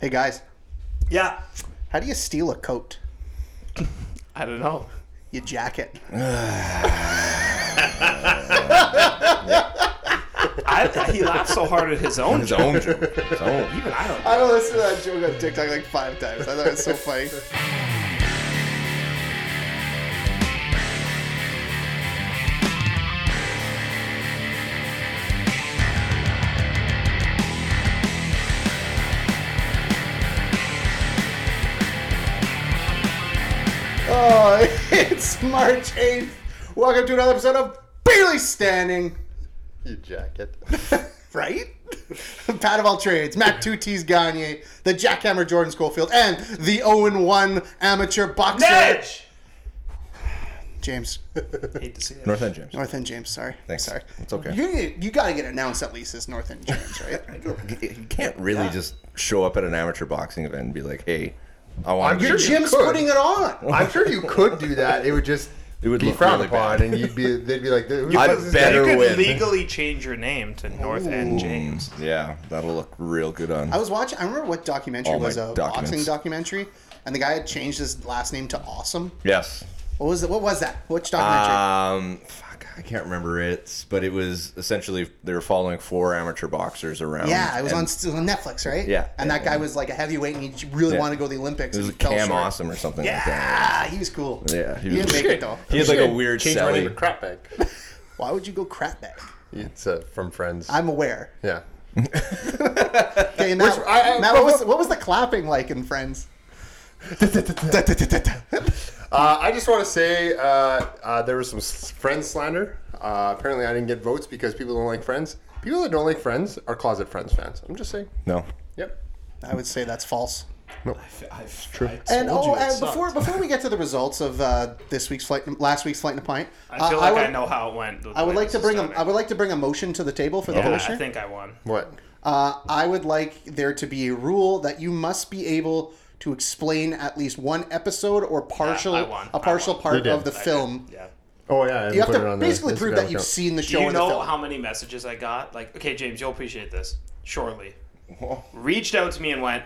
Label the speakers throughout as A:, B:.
A: Hey guys,
B: Yeah.
A: how do you steal a coat?
B: I don't know.
A: You jacket.
B: I, he laughed so hard at his own
C: His
B: joke.
C: own joke. His own.
B: Even I don't.
A: I don't listen to that joke on TikTok like five times. I thought it was so funny. Oh, it's March 8th. Welcome to another episode of Barely Standing.
D: You jacket.
A: right? Pat of all trades, Matt Two T's Gagne, the Jackhammer Jordan Schofield, and the 0 1 amateur boxer
B: Nedge!
A: James.
B: Hate to see it.
C: North End James.
A: North End James, sorry.
C: Thanks.
A: Sorry.
C: It's okay.
A: You, need- you gotta get announced at least as North End James, right?
C: You can't really just show up at an amateur boxing event and be like, hey, I want
D: I'm
C: to
A: Your
D: sure you
A: gym's
D: could.
A: putting it on.
D: I'm sure you could do that. It would just
C: It would
D: be
C: look
D: frowned
C: really
D: upon,
C: bad.
D: and you'd be they'd be like, "Who
C: I'd
D: does this
C: bet
D: guy?"
B: You could
C: win.
B: legally change your name to North End James.
C: Yeah, that'll look real good on.
A: I was watching, I remember what documentary
C: All Oh my
A: was a
C: documents.
A: boxing documentary, and the guy had changed his last name to Awesome.
C: yes.
A: What was it? What was that? Which documentary?
C: Um, fuck, I can't remember it, but it was essentially they were following four amateur boxers around.
A: Yeah, it was
C: um, and
A: on, it was on Netflix, right?
C: Yeah.
A: And that guy was like a heavyweight, and he really
C: Yeah.
A: wanted to go to the Olympics.
C: It was
A: and he fell
C: Cam
A: short.
C: Awesome or something like that.
A: Yeah, he was cool.
C: Yeah,
A: he,
C: he
A: didn't
C: was-
A: make it though.
C: He had like a weird
D: Change my name to
C: selling.
D: crap bag.
A: Why would you go crap bag?
D: It's uh, from Friends.
A: I'm aware.
D: yeah.
A: Okay, Matt,
D: Which- I- I-
A: Matt, what, was, what was the clapping like in Friends?
D: Uh, I just want to say uh, uh, there was some s- Friends slander. Uh, apparently, I didn't get votes because people don't like Friends. People that don't like Friends are closet Friends fans. I'm just saying.
C: No.
D: Yep.
A: I would say that's false.
B: I've tried.
A: And oh, and before before we get to the results of uh, this week's flight, last week's flight in a pint,
B: I feel
A: uh,
B: like I,
A: would,
B: know how it went. the
A: I would
B: way
A: like
B: this
A: to
B: is
A: bring a,
B: starting.
A: I would like to bring a motion to the table for the
B: Yeah,
A: commissioner.
B: I think I won.
D: What?
A: Uh, I would like there to be a rule that you must be able to explain at least one episode or partial
B: I won.
A: a partial
B: I won.
A: part
D: You did.
A: of the
B: I
A: film.
B: did, Yeah.
D: Oh yeah. I
A: You have
D: put it
A: to
D: on the
A: basically prove
D: Instagram
A: that you've
D: account.
A: seen the
B: Do
A: show
B: you
A: and the
B: know
A: film.
B: how many messages I got? Like, okay, James, you'll appreciate this. Surely. Reached out to me and went,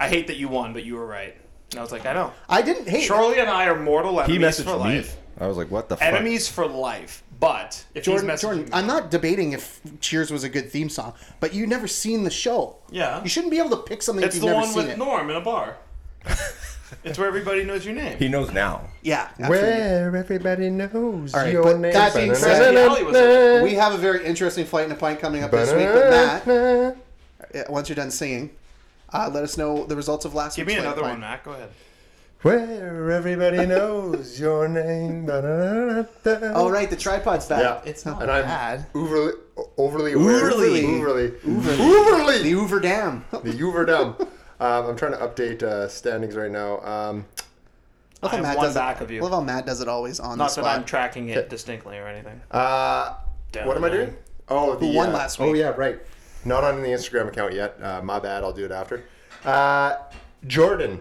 B: I hate that you won, but you were right. And I was like, I know.
A: I didn't hate.
B: Charlie and I are mortal
C: He
B: enemies
C: messaged
B: for
C: me.
B: life.
C: I was like, what the fuck?
B: Enemies for life. But if
A: Jordan,
B: he's messaging
A: Jordan,
B: me,
A: I'm not debating if Cheers was a good theme song, but you never seen the show.
B: Yeah.
A: You shouldn't be able to pick something
B: It's
A: if
B: the
A: you've never
B: one
A: seen
B: with
A: it.
B: Norm in a bar. it's where everybody knows your name.
C: He knows now.
A: yeah. absolutely.
D: Where everybody knows
A: right,
D: your
A: but
D: name.
A: that being said-
B: Alley was in
A: We have a very interesting flight in a pint coming up this week with Matt. Yeah, Once you're done singing, uh, let us know the results of last
B: Give me
A: week's Flight in a Pint.
B: another one, Matt. Go ahead.
D: Where everybody knows your name.
A: Oh,
D: Oh,
A: right, the tripod's that.
D: Yeah.
A: It's not
D: and
A: bad.
D: I'm overly, overly, aware-
A: Overly.
D: overly, overly,
A: The Hoover Dam.
D: The Uverdom. Um, I'm trying to update uh, standings right now. Um,
A: Love how
B: I'm
A: Matt
B: one
A: does
B: back
A: it.
B: of you.
A: Love how Matt does it always on the
B: Not that
A: spot.
B: I'm tracking it distinctly or anything.
D: uh,
B: Down
D: what am I
B: there.
D: doing? Oh, the
A: Who won
D: uh,
A: last
D: Oh
A: week?
D: yeah, right. Not on the Instagram account yet. Uh, my bad. I'll do it after. Uh, Jordan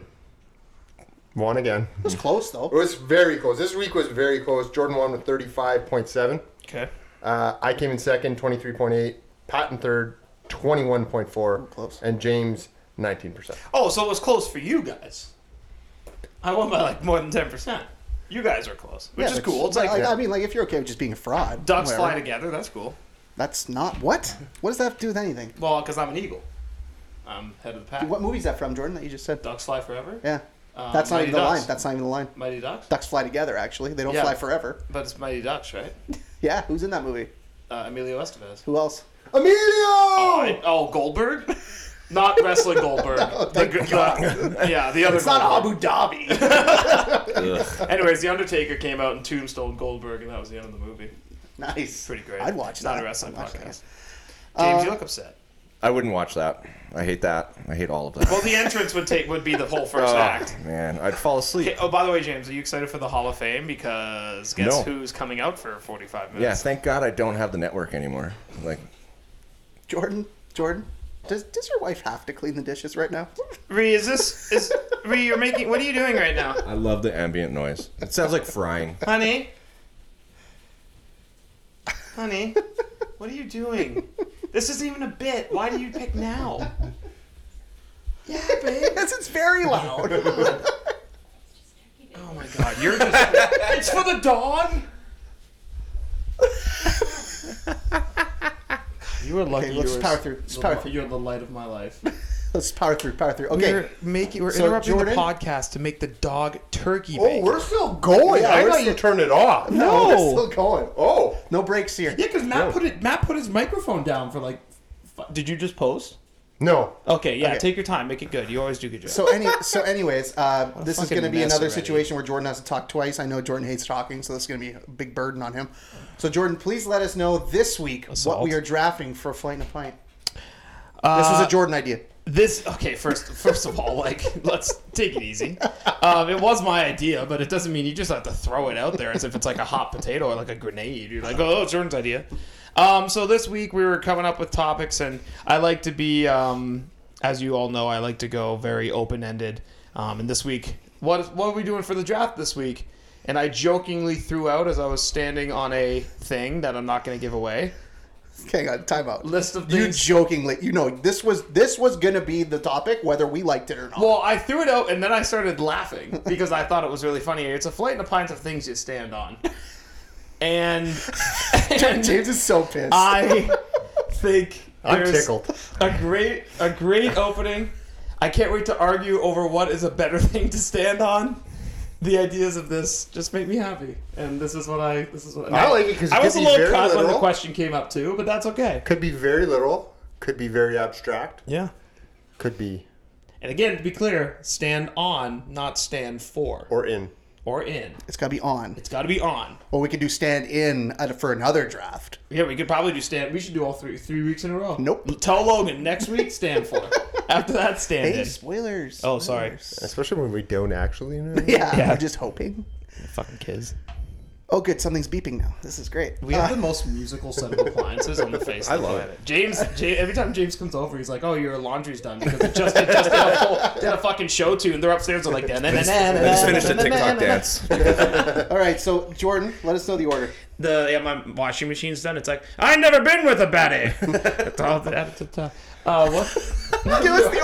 D: won again.
A: It was close
D: It
A: though.
D: was very close. This week was very close. Jordan won with 35.7.
B: Okay.
D: Uh, I came in second, 23.8. Pat in third, 21.4.
A: Close.
D: And James, 19%.
B: Oh, so it was close for you guys. I won by like more than ten percent. You guys are close, which is
A: but-
B: cool. It's
A: but,
B: like
A: I mean, like if you're okay with just being a fraud,
B: ducks
A: whatever.
B: fly together. That's cool.
A: That's not what. What does that have to do with anything?
B: Well, because I'm an eagle. I'm head of the pack.
A: What movie is that from, Jordan? That you just said?
B: Ducks fly forever.
A: Yeah,
E: Um,
B: Uh,
A: that's not
B: Mighty
A: even the
B: Ducks.
A: line. That's not even the line.
B: Mighty Ducks.
A: Ducks fly together. Actually, they don't
B: Yeah.
A: fly forever.
B: But it's Mighty Ducks, right?
A: Yeah, who's in that movie?
B: Uh, Emilio Estevez.
A: Who else?
D: Emilio!
B: Oh, I- oh, Goldberg. Not wrestling Goldberg. The
A: thank
B: g- the- yeah, the other.
A: It's not
B: Goldberg.
A: Abu Dhabi.
C: Ugh.
B: Anyways, The Undertaker came out and tombstone Goldberg, and that was the end of the movie.
A: nice.
B: Pretty great.
A: I'd watch
B: it's
A: that.
B: Not a wrestling
A: I'd watch that.
B: podcast.
A: Uh,
B: James, you look upset.
C: I wouldn't watch that. I hate that. I hate all of that.
B: Well, the entrance would take would be the whole first act.
C: Man, I'd fall asleep.
B: Okay, oh, by the way, James, are you excited for the Hall of Fame? Because guess
C: No.
B: who's coming out for 45 minutes?
C: Yeah, thank God I don't have the network anymore. Like,
A: Jordan, Jordan, does does your wife have to clean the dishes right now?
B: Ree, is this is Ree? You're making. What are you doing right now,
C: I love the ambient noise. It sounds like frying.
B: honey? Honey, what are you doing? This isn't even a bit. Why do you pick now? Yeah.
E: babe.
A: Yes, it's very loud.
E: Oh my god, you're just. it's for the dog.
B: You were lucky.
A: Okay,
B: you
A: let's
B: were
A: power
B: s-
A: through, let's
B: the
A: power
B: li-
A: through.
B: You're the light of my life.
A: Let's power through, power through. Okay.
B: We're making. We're
A: So,
B: interrupting
A: Jordan?
B: the podcast to make the dog turkey.
D: Oh,
B: bacon.
D: we're still going.
A: Yeah,
D: I
A: we're
D: thought
A: still-
D: you turned it off.
A: No, we're
B: No.
A: still going.
D: Oh,
A: No breaks here.
B: Yeah, because Matt put it. Matt put his microphone down for like. F- Did you just post?
D: no.
E: Okay, yeah. Take your time. Make it good. You always do good job.
A: So any so anyways, uh, this is
B: fucking
A: going to be
B: mess
A: another
B: already.
A: situation where Jordan has to talk twice. I know Jordan hates talking, so this is going to be a big burden on him. So Jordan, please let us know this week what
B: Assault.
A: we are drafting for flight and a pint. this was a Jordan idea.
B: This okay. First, first of all, like let's take it easy. Um, it was my idea, but it doesn't mean you just have to throw it out there as if it's like a hot potato or like a grenade. You're like, oh, it's Jordan's idea. Um, so this week we were coming up with topics, and I like to be, um, as you all know, I like to go very open ended. Um, and this week, what what are we doing for the draft this week? And I jokingly threw out as I was standing on a thing that I'm not going to give away.
A: Hang on, time out.
B: List of
A: you
B: things-
A: jokingly, you know, this was this was going to be the topic whether we liked it or not.
B: Well, I threw it out and then I started laughing because I thought it was really funny. It's a flight in the pines of things you stand on. And, and
A: James is so pissed.
B: I think
D: I'm
B: there's
D: tickled.
B: a great a great opening. I can't wait to argue over what is a better thing to stand on. The ideas of this just make me happy, and this is what I this is what
D: I like it 'cause it
B: I was a
D: could be
B: little
D: very
B: cut when the
D: literal.
B: question came up too, but that's okay.
D: Could be very literal. Could be very abstract.
B: Yeah.
D: Could be
B: And again, to be clear, stand on, not stand for
D: or in.
B: or in.
A: it's got to be on.
B: It's got to be on.
A: Or we could do stand in at, for another draft.
B: Yeah, we could probably do stand. We should do all three three weeks in a row.
A: Nope.
B: Tell Logan next week stand for. After that, stand
A: Hey,
B: in.
A: spoilers.
B: Mm-hmm. Oh, sorry.
A: spoilers.
D: Especially when we don't actually know.
A: Yeah,
B: Yeah.
A: I'm just hoping.
B: Fucking kids.
A: Oh, good, something's beeping now. This is great.
B: We have the most musical set of appliances on the face. I
C: love it.
B: James, James. Every time James comes over, he's like, "Oh, your laundry's done because it just, it just did, a full, did a fucking show tune." They're upstairs. They're like, "Na, na, na, na, na,
C: I just
B: na,
C: finished
B: na,
C: a
B: na, na,
C: TikTok
B: na."
C: dance.
A: All right, so Jordan, let us know the order.
B: The yeah, my washing machine's done. It's like I never been with a baddie. That's all that- that's- uh, Uh, what?
A: Give us the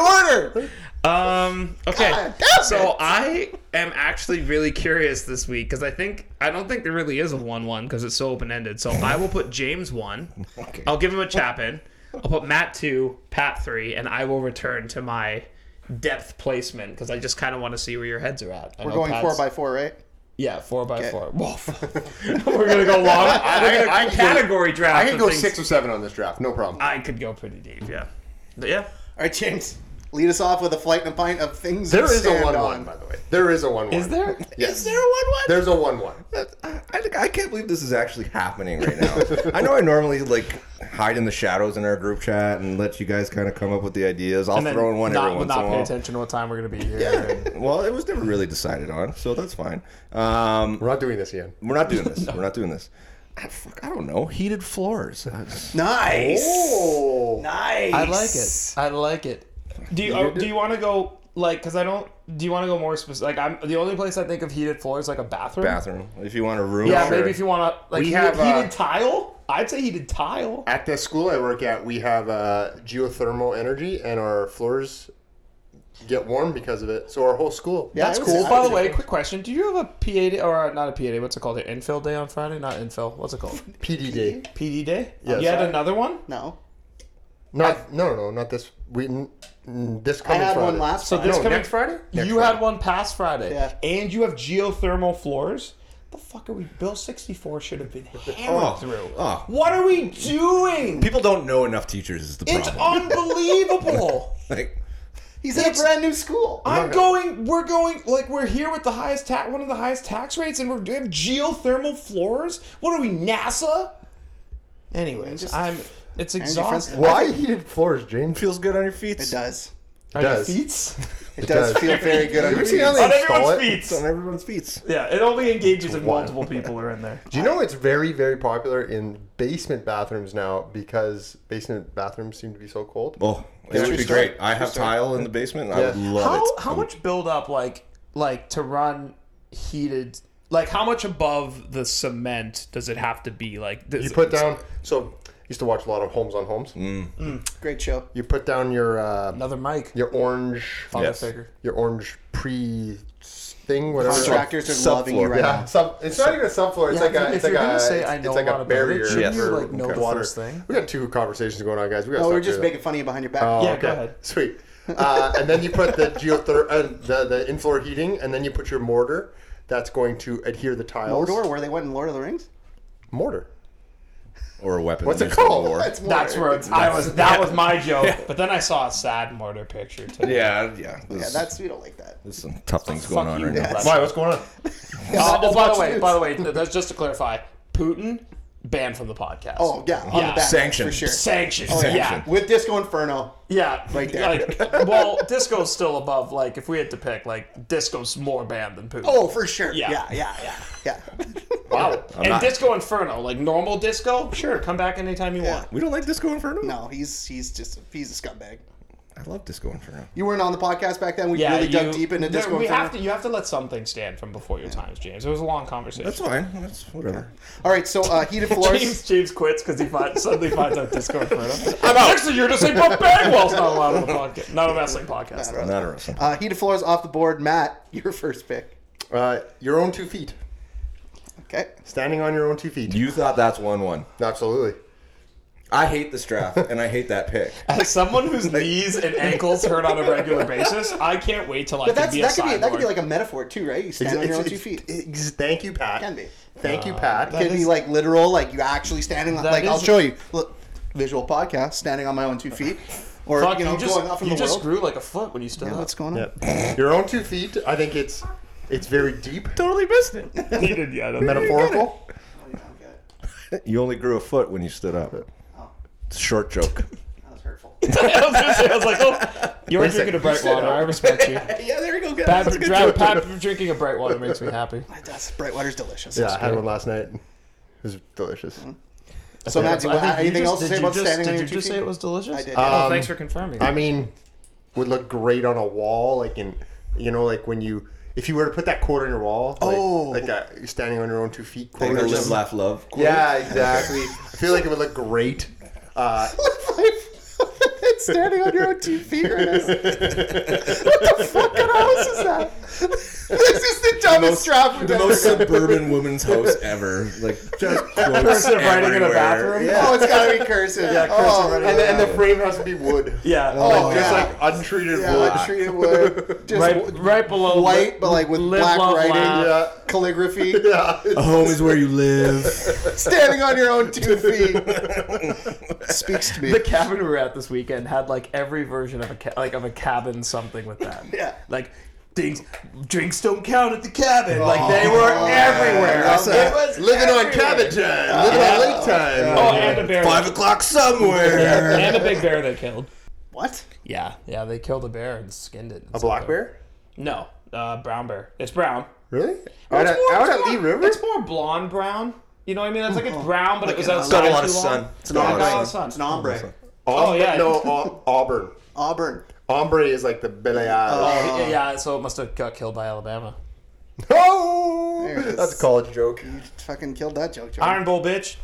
A: order.
B: Um. Okay.
A: God damn
B: so
A: it.
B: I am actually really curious this week because I think I don't think there really is a one-one because it's so open-ended. So I will put James one. I'll give him a Chapin. I'll put Matt two, Pat three, and I will return to my depth placement because I just kind of want to see where your heads are at. I
A: We're
B: know
A: going
B: Pat's-
A: four by four, right?
B: yeah four by four. Whoa, fuck. We're gonna go long. We're gonna
D: I could go-
B: category draft.
D: I could
B: of
D: go
B: things-
D: six or seven on this draft. No problem.
B: I could go pretty deep. Yeah. But yeah.
A: All right, James, lead us off with a flight and a pint of things.
D: there
A: to
D: is a
A: stand
D: one
A: on.
D: one, by the way. There is a one one.
B: Is there?
D: Yes.
C: there one
D: There's a one one.
C: I, I can't believe this is actually happening right now. I know I normally like hide in the shadows in our group chat and let you guys kind of come up with the ideas. I'll
B: And then
C: throw in one
B: not,
C: every once
B: not
C: in a
B: pay
C: while.
B: attention to what time we're gonna be here. and-
C: Well, it was never really decided on, so that's fine. Um,
D: We're not doing this again.
C: we're not doing this. We're not doing this. I, fuck, I don't know. Heated floors. Uh, That's-
A: Nice.
D: Oh.
A: Nice.
B: I like it. I like it. Do you uh, do you want to go like? Cause I don't. Do you want to go more specific? Like I'm the only place I think of heated floor is like a bathroom.
C: Bathroom. If you want a room.
B: Yeah,
C: sure.
B: maybe if you want to like
D: We
B: heated,
D: have, uh,
B: heated tile. I'd say heated tile.
D: At the school I work at, we have uh, geothermal energy, and our floors get warm because of it. So our whole school.
A: Yeah, that's cool.
B: By the way, quick question: Do you have a PA day or uh, not a PA day? What's it called? An infill day on Friday? Not infill. What's it called?
D: PD day.
B: PD day.
D: Yes.
B: You had another one.
A: No,
D: Not no no not this we n- n- this
A: I
D: coming
A: had
D: Friday.
A: one last.
B: So
A: Friday.
B: this
D: No,
B: coming
D: next-
B: Friday.
D: next
B: you had
D: Friday.
B: one past Friday.
A: Yeah.
B: And you have geothermal floors. The fuck are we? Bill sixty four should have been hammered
C: Oh,
B: through.
C: oh.
B: What are we doing?
C: People don't know enough teachers is the
B: It's
C: problem.
B: unbelievable.
C: like,
A: He's in a brand new school.
B: I'm going. We're going. Like we're here with the highest tax, one of the highest tax rates, and we're we have geothermal floors. What are we, NASA? Anyways,
A: Just-
B: I'm. It's exhausting.
A: friends-
D: Why heated floors, James?
C: feels good on your feet.
A: It does.
B: Are your
D: does.
B: feet?
A: It, does,
D: does.
A: feel very good. on
D: Have
A: your
D: you seen
A: feet.
D: how they
B: On
D: install
B: everyone's
D: it?
B: feet.
C: It's on everyone's feet.
B: Yeah, it only engages if
D: One.
B: multiple people are in there.
D: Do you know it's very very popular in basement bathrooms now because basement bathrooms seem to be so cold.
C: Oh, it
A: true
C: would be
A: story.
C: great. I have tile in the basement. I would
D: Yeah.
C: love
B: how,
C: it. Um,
B: How much build up like like to run heated like how much above the cement does it have to be like does
D: You put down so used to watch a lot of Homes on Homes.
A: Mm. Great show.
D: You put down your uh,
B: Another mic.
D: your orange
B: Father
C: Yes.
B: figure.
D: your orange pre thing whatever.
A: Contractors are
C: Subfloor,
A: loving you right
C: yeah.
D: Yeah, sub, it's not even a subfloor. It's
B: Yeah,
D: like a,
B: if
D: it's
B: you're
D: like
B: gonna
D: a,
B: say
D: it's,
B: I know
D: it's like
B: a
D: a
B: lot about it,
D: barrier
B: shouldn't
C: Yes.
D: for
C: you,
B: like, know
D: okay.
B: the
D: water.
B: first thing?
D: We got two conversations going on, guys. We got.
A: No, we Oh, were just making funny behind your back.
B: Yeah, go ahead.
D: Sweet. Uh, and then you put the geother uh, the the in floor heating, and then you put your mortar. That's going to adhere the tiles.
A: Mordor, where they went in Lord of the Rings?
D: Mortar.
C: or a weapon.
D: What's it
C: used in
D: called?
C: war.
D: It's mortar.
B: That's where it's, I was. That was my joke. But then I saw a sad mortar picture too.
C: Yeah, yeah. There's,
A: Yeah, that's we don't like that.
C: there's some tough things
B: Fuck
C: going on
B: you,
C: right now.
B: Russ.
D: Why? What's going on?
B: Uh, oh, by the
A: much
B: way,
A: news.
B: by the way, th- that's just to clarify. Putin banned from the podcast.
A: Oh yeah, on
B: Yeah.
A: the back
C: Sanctioned.
A: for sure.
B: sanctions.
A: Oh,
B: Yeah,
A: With Disco Inferno,
B: yeah.
A: Right there.
B: Like, well, disco's still above. Like, if we had to pick, like, disco's more banned than Putin.
A: Oh, for sure.
B: Yeah.
A: Yeah, yeah, yeah, yeah.
B: wow. and
C: not-
B: disco inferno, like normal disco. Sure, come back anytime you want.
C: We don't like Disco Inferno.
A: No, he's he's just he's a scumbag.
C: I love Disco Inferno.
A: You weren't on the podcast back then. We
B: Yeah,
A: really
B: you-
A: dug deep into
B: there-
A: Disco
B: We
A: Inferno.
B: have to. You have to let something stand from before your times, James. It was a long conversation.
C: That's fine. That's whatever.
A: All right, so uh, heated floors.
B: James, James quits because he find, suddenly finds out Discord for him. I'm out. Actually, you're just saying Bob Bagwell's not allowed on the podcast. Not a wrestling podcast. though.
C: Not a wrestling.
A: Uh, heated floors off the board. Matt, your first pick.
D: Uh, your own two feet.
A: Okay.
D: Standing on your own two feet.
C: you thought that's one one.
D: Absolutely.
C: I hate this draft and I hate that pick.
B: As someone whose knees and ankles hurt on a regular basis, I can't wait till I
A: But
B: can
A: that's
B: be a
A: that could be that could
B: cyborg.
A: be like a metaphor too, right? You stand
D: It's-
A: on your own
D: it's-
A: two feet.
D: it's- it's- thank you, Pat.
A: Can be.
D: Thank
C: Uh,
D: you, Pat.
A: Could be like literal, like you actually standing. on
B: That
A: Like I'll
B: is-
A: show you. Look, visual podcast, standing on my own two feet, or
B: Fuck,
A: you know,
B: just,
A: going off in
B: you
A: the
B: just
A: world.
B: grew like a foot when you stood
A: Yeah,
B: up.
A: what's going on?
D: Your own two feet. I think it's it's very deep,
C: totally missed it.
B: needed yet.
D: metaphorical.
A: Okay.
C: You only grew a foot when you stood up.
A: Oh,
C: It's a short joke.
A: that was hurtful.
B: I was gonna say, I was like, oh, you were drinking a bright water. I respect you.
C: yeah, there you go.
B: Pat, dra- Pat drinking a bright water makes me happy.
A: That's Brightwater's delicious.
D: Yeah, I had one last night. It was delicious.
A: So Matt, do you
B: I think
A: have
B: you
A: anything
B: just-
A: else to
B: did
A: say
B: you
A: about
B: just-
A: standing on
B: Did
A: your
B: you
A: two
B: just say
A: feet?
B: it was delicious?
A: I did.
D: Uh,
B: Oh,
D: Um,
B: thanks for confirming.
D: I mean, would look great on a wall, like in you know, like when you if you were to put that quote on your wall, like,
A: Oh.
D: like a, standing on your own two feet quote. or
C: Live,
D: something.
C: laugh, love.
D: yeah, exactly. I feel like it would look great. Uh,
A: It's standing on your own two feet. Ernest. what the fucking house is that? this is the dumbest trap we've
C: The
A: ever
C: most
A: done.
C: suburban woman's house ever. Like just quotes
B: Person writing in a
C: everywhere.
B: bathroom?
A: Oh, it's gotta be cursive. Yeah, oh,
D: and, the, and the frame has to be wood.
B: yeah.
A: Oh,
D: Just
A: yeah.
D: like untreated
A: yeah,
D: wood.
A: like treated wood. Just
B: right, right below
A: white, but like with
B: Live,
A: black
B: love,
A: writing,
B: laugh.
A: yeah, calligraphy.
D: Yeah.
C: A home is where you live.
A: Standing on your own two feet speaks to me.
B: the cabin we were at this weekend had like every version of a ca- like of a cabin something with that.
A: Yeah.
B: Like things drinks don't count at the cabin. like they were everywhere.
A: that's
B: Like,
A: a-
B: it was
D: Living on
B: everywhere.
D: cabbage time. Living on lake time.
B: Oh, and a bear.
C: Five o'clock somewhere.
B: And a big bear they killed.
A: what?
B: Yeah, yeah, they killed a bear and skinned it.
D: A black bear?
B: No, uh, brown bear. It's brown.
D: Really? Out
B: It's
D: at,
B: more-
D: out
B: it's
D: at
B: more-
D: Lee River?
B: It's more blonde brown. You know what I mean? It's like it's brown, but it was
A: an
B: outside.
C: Got a lot of
B: too long.
C: sun. It's an
B: Yeah,
C: ombre.
B: got a lot of sun.
A: It's an ombre.
D: Aub-
B: yeah.
D: No, Au- Auburn.
A: Auburn.
D: Ombre is like the Belle Isle.
B: Oh, yeah, yeah, so it must have got killed by Alabama.
D: Oh,
A: There it is.
D: that's a college joke.
A: You fucking killed that joke, John.
B: Iron Bowl, bitch.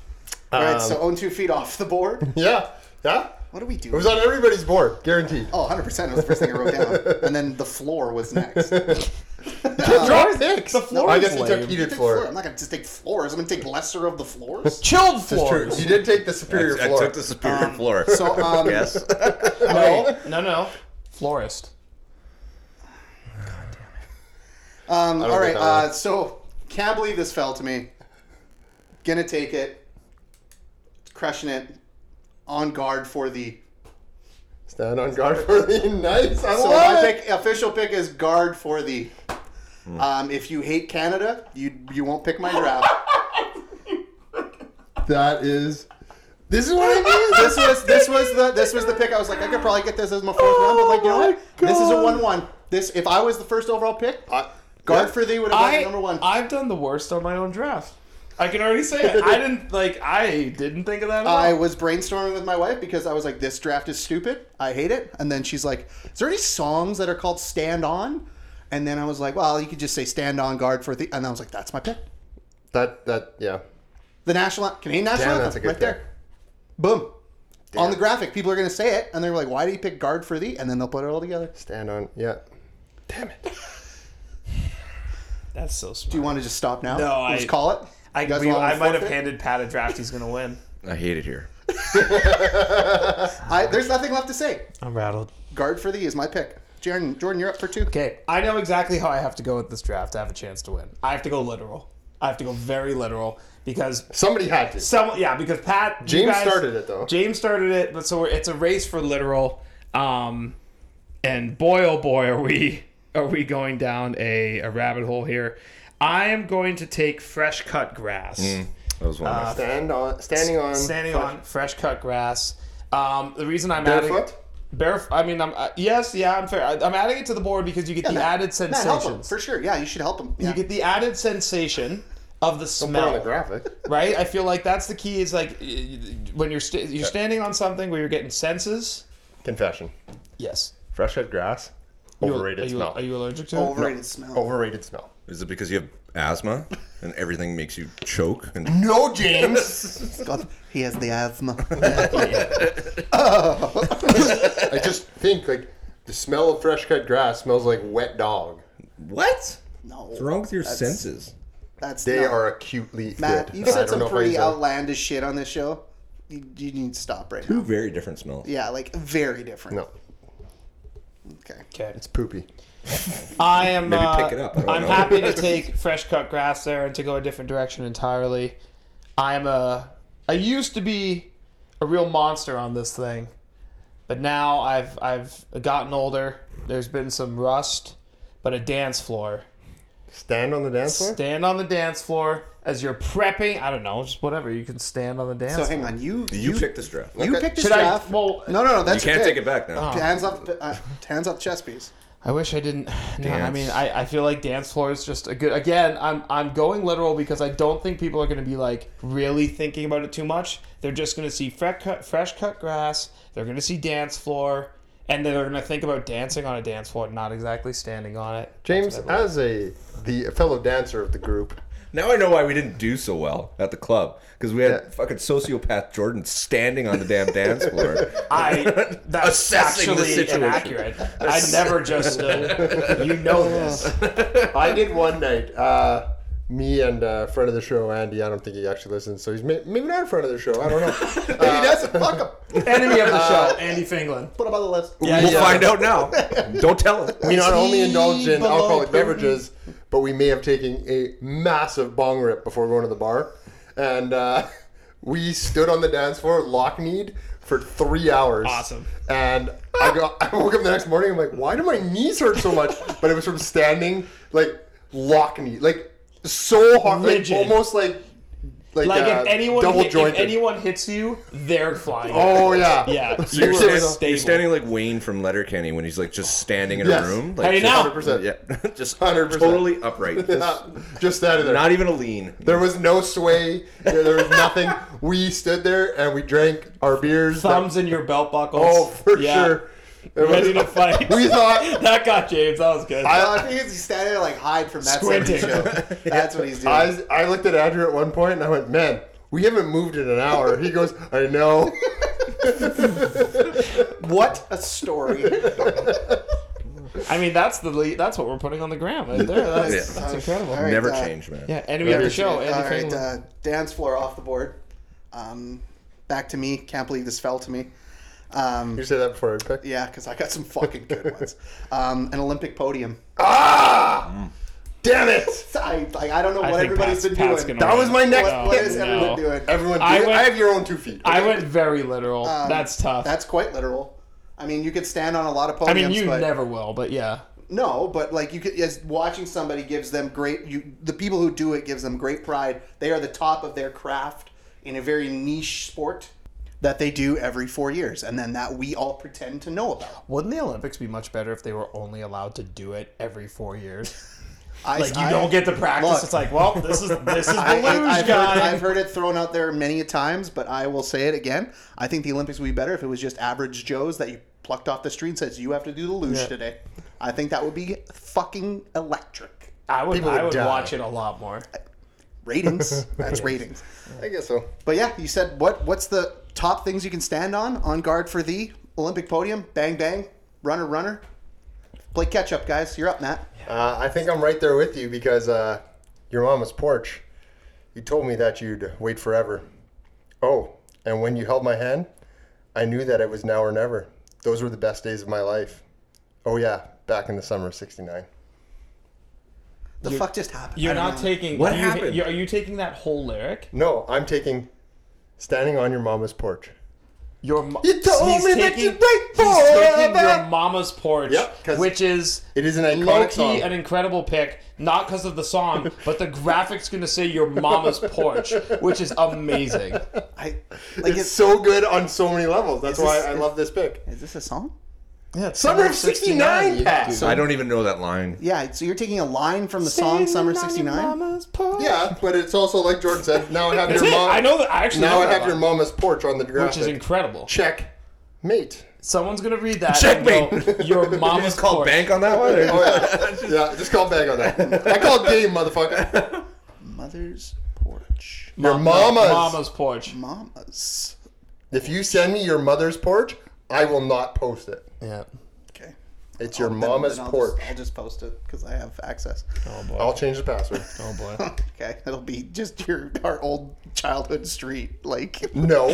A: All right,
B: Um,
A: so own two feet off the board.
D: Yeah, yeah.
A: What do we do?
D: It was on everybody's board, guaranteed.
A: Oh, 100% was the first thing I wrote down. And then the floor was next.
D: Draw six. The
A: floor
D: I
A: is
D: guess he took
B: lame.
D: heated
A: Take
D: floor.
A: floor. I'm not going to just take floors. I'm going to take lesser of the floors.
B: Chilled
D: It's true.
B: floors.
D: He did take the superior
C: I
D: floor.
C: took the superior
A: Um,
C: floor.
A: So, um,
C: yes.
B: No, no, no. Florist.
A: um all right.
D: get that one.
A: Uh, so, can't believe this fell to me. Gonna take it. Crushing it. On guard for the.
D: Stand on guard for the nice. I
A: So, my
D: love it.
A: pick, official pick is guard for the.
D: Hmm.
A: Um, if you hate Canada, you you won't pick my draft.
D: That is. This is what I mean.
A: this was this was the this was the pick. I was like, I could probably get this as my fourth round, but like, you know
D: Oh
A: what? This is a one-one. This if I was the first overall pick,
D: I-
A: guard for thee would have
B: I,
A: been number one.
B: I've done the worst on my own draft. I can already say it. I didn't like. I didn't think of that. At all.
A: I was brainstorming with my wife because I was like, this draft is stupid. I hate it. And then she's like, is there any songs that are called "Stand On"? And then I was like, well, you could just say "Stand On Guard for Thee," and I was like, that's my pick.
D: that that yeah.
A: The national Canadian national
D: Damn,
A: anthem,
D: that's a good
A: right
D: pick.
A: there. Boom. On the graphic, people are going to say it, and they're like, "Why do you pick guard for thee?" And then they'll put it all together.
D: Stand on. Yeah. Damn it.
E: That's so smart.
A: Do you want to just stop now?
E: No,
A: We'll just
E: I-
A: call it.
E: I,
A: You guys
E: we-
A: want
E: I
A: to
E: might have
A: forfeit?
E: handed Pat a draft he's going to win.
C: I hate it here.
A: I, there's nothing left to say.
E: I'm rattled.
A: Guard for thee is my pick. Jordan, Jordan, you're up for two.
B: Okay, I know exactly how I have to go with this draft to have a chance to win. I have to go literal. I have to go very literal because
D: Somebody had to.
B: some yeah because Pat you
D: James
B: guys-
D: started it though.
B: James started it, but so we're, it's a race for literal. Um, and boy, oh boy, are we are we going down a, a rabbit hole here? I am going to take fresh cut grass.
D: Mm.
C: That was one. of my favorites.
D: Stand on. Standing on.
B: Standing
D: front-
B: on fresh cut grass. Um, the reason I'm adding
D: Barefoot.
B: bare, I mean, I'm uh, yes, yeah, I'm fair. I, I'm adding it to the board because you get the
A: Matt-
B: added
A: Matt, help him
B: sensations.
A: for sure. Yeah, you should help him. Yeah.
B: You get the added sensation of the
D: Put on the
B: smell,
D: graphic.
B: right? I feel like that's the key. Is like y- y- when you're sta you're standing on something where you're getting senses.
D: Confession.
B: Yes.
D: Fresh cut grass.
B: You-
D: Overrated
B: are you,
D: smell.
B: Are you allergic to it?
A: Overrated smell.
D: Overrated smell.
C: Is it because you have asthma and everything makes you choke? And
D: No, James.
A: God, he has the asthma.
D: I just think like the smell of fresh cut grass smells like wet dog.
C: what?
A: no,
C: What's wrong with your senses?
A: that's
D: They
A: no.
D: are acutely
A: Matt,
D: good.
A: you've
D: I
A: said
D: don't know
A: some
D: if I
A: pretty
D: said-
A: outlandish shit on this show. You, you need to stop right now.
C: Two very different smells.
A: Yeah, like very different.
D: No,
A: Okay.
D: it's poopy.
B: I am.
C: Maybe
B: uh,
C: pick it up. I don't
B: I'm
C: know.
B: happy to take fresh cut grass there and to go a different direction entirely. I'm a. I used to be a real monster on this thing, but now I've I've gotten older. There's been some rust, but a dance floor.
D: Stand on the dance floor.
B: Stand on the dance floor as you're prepping. I don't know, just whatever. You can stand on the dance.
A: So
B: floor.
A: hang on, you
C: You picked this draft. You
A: you picked this
B: Should I-
A: draft.
B: well-
A: no, no, no. That's
C: can't
A: your
C: take
A: pick.
C: it back now.
A: Hands up, uh, hands up, chess piece.
B: I wish I didn't. No, I
C: Dance.
B: mean, I, I feel like dance floor is just a good. Again, I'm I'm going literal because I don't think people are going to be like really thinking about it too much. They're just going to see fresh cut, fresh cut grass. They're going to see dance floor, and they're going to think about dancing on a dance floor, not exactly standing on it.
D: James, as a the fellow dancer of the group,
C: Now I know why we didn't do so well at the club because we had
D: Yeah.
C: fucking sociopath Jordan standing on the damn dance floor.
B: I that's
C: Assessing the
B: actually
C: situation.
B: inaccurate. I never just you know this.
D: I did one night. Uh, me and uh, friend of the show, Andy. I don't think he actually listens, so he's may- maybe not a friend of the show. I don't know.
A: he doesn't. Fuck him.
B: Enemy of the
D: Uh,
B: show, Andy Finglin.
A: Put him on the list.
C: we'll find out now. Don't tell him.
D: we not only indulged in
B: below
D: alcoholic
B: puberty.
D: beverages, but we may have taken a massive bong rip before going to the bar, and uh, we stood on the dance floor lock kneed for three hours.
B: Awesome.
D: And I got, I woke up the next morning. I'm like, why do my knees hurt so much? But it was from standing like lock knee, like so hard, like,
B: Rigid.
D: almost like like,
B: Like
D: uh,
B: if anyone
D: double
B: hit- if
D: jointed.
B: anyone hits you, they're flying.
D: oh yeah,
B: yeah.
C: You're,
D: were
C: stand-
D: stable.
C: you're standing like Wayne from Letterkenny when he's like just standing in
D: Yes.
C: a room. Like,
B: Hey,
C: just-
B: now.
D: 100%.
C: Yeah, just
D: 100%.
C: totally upright. Just
D: Uh, Just that in there.
C: not even a lean.
D: There was no sway. There there was nothing. We stood there and we drank our beers.
B: thumbs in your belt buckles.
D: oh, for
B: Yeah.
D: sure. It
B: Ready to
D: was-
B: fight.
D: We thought.
B: that got James. That was good.
A: I, I think he's standing there like hide from that
B: Uh, Squinting.
A: show. That's what he's doing.
D: I, I looked at Andrew at one point and I went, "Man, we haven't moved in an hour." He goes, "I know."
A: what a story.
B: I mean, that's the lead, that's what we're putting on the gram. Right there. That's,
C: Yeah.
B: that's incredible.
A: All right,
C: Never
A: uh,
C: change, man.
B: Yeah, enemy of the show. Andy
A: All right,
B: Finley.
A: uh, dance floor off the board. Um, back to me. Can't believe this fell to me. Um,
D: You said that before I picked.
A: yeah, because I got some fucking good ones. Um, an Olympic podium.
B: Mm.
D: Ah! Damn it!
A: I, like, I don't know
B: I
A: what
B: think
A: everybody's been
B: Pat's- Pat's
A: doing.
B: gonna
D: That was my next
A: What, what
D: pick.
A: is
B: No.
A: everyone doing?
D: Everyone, do
B: I
D: I,
B: went-
D: I have your own two feet.
B: I went very literal.
A: Um,
B: that's tough.
A: That's quite literal. I mean, you could stand on a lot of podiums.
B: I mean, you
A: but
B: never will, but yeah.
A: No, but like you could, as watching somebody gives them great. You the people who do it gives them great pride. They are the top of their craft in a very niche sport that they do every four years, and then that we all pretend to know about.
B: Wouldn't the Olympics be much better if they were only allowed to do it every four years?
A: I,
B: Like you
A: I-
B: don't get to practice.
A: look.
B: it's like, well, this is this is the
A: I,
B: luge
A: have
B: guy.
A: heard, I've heard it thrown out there many a times, but I will say it again. I think the Olympics would be better if it was just average Joes that you plucked off the street and says you have to do the luge today. I think that would be fucking electric.
B: I would,
D: People
B: I
D: would
B: would
D: die.
B: watch it a lot more.
A: Ratings. That's ratings.
D: I guess so.
A: But yeah, you said what? What's the top things you can stand on on guard for the Olympic podium. Bang bang, runner runner. Play catch up, guys. You're up, Matt.
D: Uh, I think I'm right there with you because uh, your mama's porch. You told me that you'd wait forever. Oh, and when you held my hand, I knew that it was now or never. Those were the best days of my life. Oh yeah, back in the summer of '69.
A: The fuck just happened?
B: You're
A: I don't
B: not
A: know.
B: taking.
C: What
B: you-
C: happened?
B: you- are you taking that whole lyric?
D: No, I'm taking standing on your mama's porch.
B: Your mo-
D: You told
B: he's
D: me that
B: taking,
D: you wait
B: he's taking
D: forever.
B: your mama's porch,
D: Yep, 'cause
B: which is
D: It is an iconic
B: low key
D: song.
B: an incredible pick, not because of the song, but the graphics gonna say your mama's porch, which is amazing.
A: I, like,
D: It's,
A: is,
D: so good on so many levels. That's
A: Is
D: why
A: this-
D: I love this pick.
A: is this a song?
B: Yeah,
D: Summer of '69, Pat.
C: I don't even know that line.
A: Yeah. So you're taking a line from the song "Summer '69."
D: Yeah, but it's also like Jordan said. Now I have
B: That's
D: your
B: it.
D: mom.
B: I know that. I actually
D: Now
B: know
D: I
B: that
D: have your
B: line,
D: mama's porch on the graphic.
B: which is incredible.
D: Check, mate.
B: Someone's gonna read that. Checkmate. And go, your mama's
C: It's called
B: porch.
C: bank on that one. or-
D: Oh yeah, yeah. Just call back on that. I called game, motherfucker.
A: Mother's porch.
D: Your
B: No,
D: mama's.
B: mama's porch.
A: Mama's.
D: If you send me your mother's porch, I will not post it.
B: Yeah.
A: Okay.
D: It's your
A: Then-
D: mama's
A: then I'll
D: porch.
A: Just, I'll just post it because I have access.
B: Oh boy.
D: I'll change the password.
B: Oh boy.
A: Okay, it'll be just your our old childhood street. Like
D: No.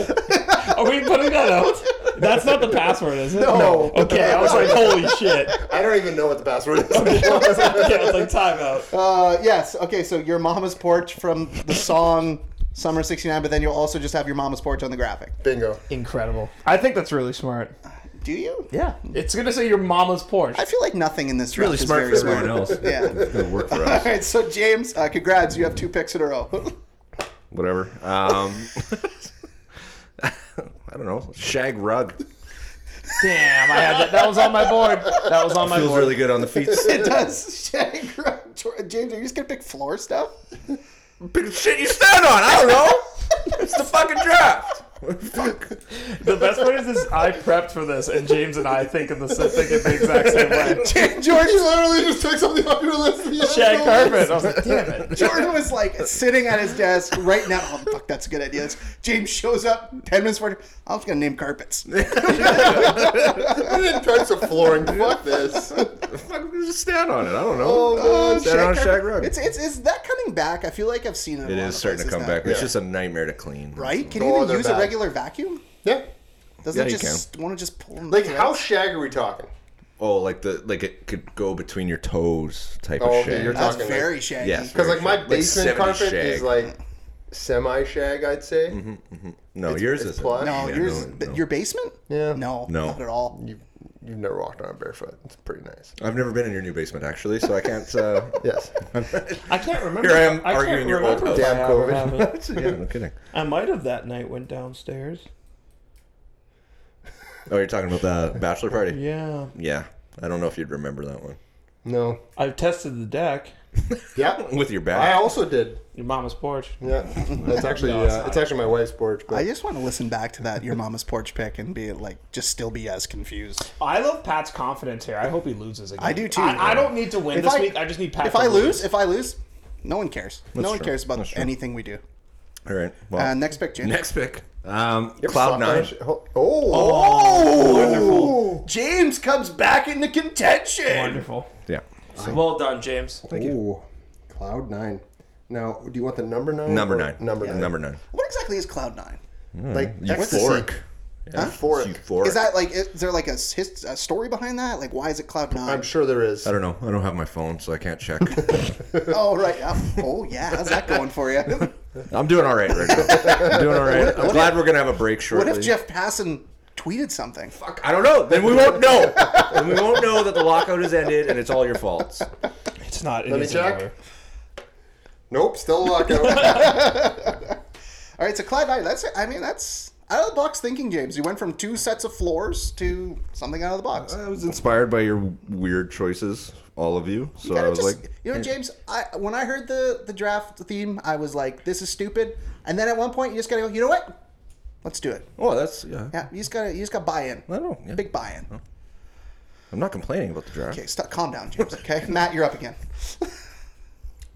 B: Are we putting that out? That's not the password, is it?
D: No.
B: Okay, I was like, holy shit.
D: I don't even know what the password is.
B: Okay, I was like, time out.
A: Uh, yes. Okay, so your mama's porch from the song Summer 69, but then you'll also just have your mama's porch on the graphic.
D: Bingo.
B: Incredible. I think that's really smart.
A: Do you?
B: Yeah. It's gonna say your mama's porch.
A: I feel like nothing in this draft
C: really
A: is
C: smart
A: very
C: for everyone
A: smart.
C: else.
A: Yeah.
C: It's gonna work for
A: All
C: us.
A: right, so James, uh, congrats. You have two picks in a row.
C: Whatever. Um, I don't know. Shag rug
B: Damn, I had that. That was on my board. That was on my
C: feels
B: board.
C: really good on the feet.
A: it does. Shag- James, are you just going to pick floor stuff?
C: Pick shit you stand on. I don't know. It's the fucking draft.
B: The best part is, is I prepped for this, and James and I think in the think in the exact same way.
A: George,
D: You literally just took something off your list. and you don't
B: Shag
D: know
B: carpet. I was like, damn it.
A: Jordan was like sitting at his desk right now. Oh, fuck, that's a good idea. That's- James shows up 10 minutes later. I was going to name carpets.
D: it. I didn't try some flooring. Fuck this.
C: Fuck, just stand on it. I don't know. Uh,
D: Oh,
A: Oh,
D: God.
C: stand on
A: Shag
C: shag
A: carpet.
C: rug.
A: It's, it's, is that coming back? I feel like I've seen it.
C: It is starting to come back. It's just a nightmare to clean.
A: Right? Can
D: Oh,
A: you even
D: they're
A: use a
D: bad.
A: regular vacuum?
D: Yeah.
A: Doesn't it
C: Yeah, you
A: just want to just pull them
D: Like,
A: through?
D: how shag are we talking?
C: Oh, like the like it could go between your toes type
D: Oh,
C: of
D: okay,
C: shit.
D: you're
A: That's
D: talking like-
A: very shaggy.
C: Yes.
D: Because like my
C: Like
D: basement
C: 70
D: carpet
C: shag.
D: is like semi shag, I'd say.
C: no, yours
D: it's
C: is
D: plush.
A: No,
C: Yeah,
A: yours,
C: no,
A: but
C: no.
A: your basement?
D: Yeah.
A: No,
C: No.
A: not at all.
D: You you've never walked on it barefoot. It's pretty nice.
C: I've never been in your new basement actually, so I can't. Uh,
D: Yes.
B: I can't remember.
C: Here I am
B: can't
C: arguing your old
B: remember
C: house.
B: if I
D: Damn
B: ever
D: COVID.
B: have it.
C: yeah, no kidding.
B: I might have that night went downstairs.
C: Oh, you're talking about the bachelor party?
B: Yeah.
C: Yeah. I don't know if you'd remember that one.
D: no.
B: I've tested the deck.
D: Yeah.
C: With your
D: I
C: back.
D: also did.
B: Your mama's porch.
D: Yeah. That's actually
B: No, it's
D: uh,
B: not.
D: it's actually my wife's porch, but
A: I just want to listen back to that your mama's porch pick and be like, just still be as confused.
B: I love Pat's confidence here. I hope he loses again.
A: I do too.
B: I, I don't need to win
A: If
B: this
A: I-
B: week. I just need Pat.
A: If
B: to
A: I lose, if I lose, no one cares. no one
C: true.
A: cares about
C: That's true.
A: anything we do.
C: All right. Well,
A: Uh, next pick, James.
C: next pick. Um,
D: You ever
C: Cloud
D: slept on a
C: Nine.
D: sh- Oh, oh.
A: Oh, James comes back into contention.
B: Wonderful.
C: Yeah.
B: Well done, James.
D: Ooh. Cloud nine. Now, do you want the number nine?
C: Number
D: or-
C: nine.
D: Number nine.
C: Number Mm-hmm. nine.
A: What exactly is Cloud Nine?
D: Like ecstasy.
C: Euphoric.
D: Euphoric.
C: Euphoric.
A: Is that like, is there like a, s- his, a story behind that? Like, why is it Cloud Nine?
D: I'm sure there is.
C: I don't know. I don't have my phone, so I can't check.
A: Oh, right. Yeah. Oh, yeah. How's that going for you?
C: I'm doing all right right now. I'm doing all right. I'm glad we're gonna have a break
A: what
C: shortly.
A: if Jeff Passan tweeted something?
C: Fuck, I don't know. Then we won't know. then we won't know that the lockout has ended and it's all your faults.
B: It's not.
D: Let me check. Nope, still locked out.
A: All right, so Cloud Nine. That's I mean that's out of the box thinking, James. You went from two sets of floors to something out of the box.
C: I was inspired by your weird choices, all of you. So
A: Kinda
C: I was
A: just-
C: like,
A: you know, James. I when I heard the the draft theme, I was like, this is stupid. And then at one point, you just gotta go. You know what? Let's do it.
C: oh, that's yeah.
A: Yeah, you just gotta you just got buy in.
C: I don't know. yeah.
A: Big buy in.
C: I'm not complaining about the draft.
A: Okay, stop. Calm down, James. Okay, Matt, you're up again.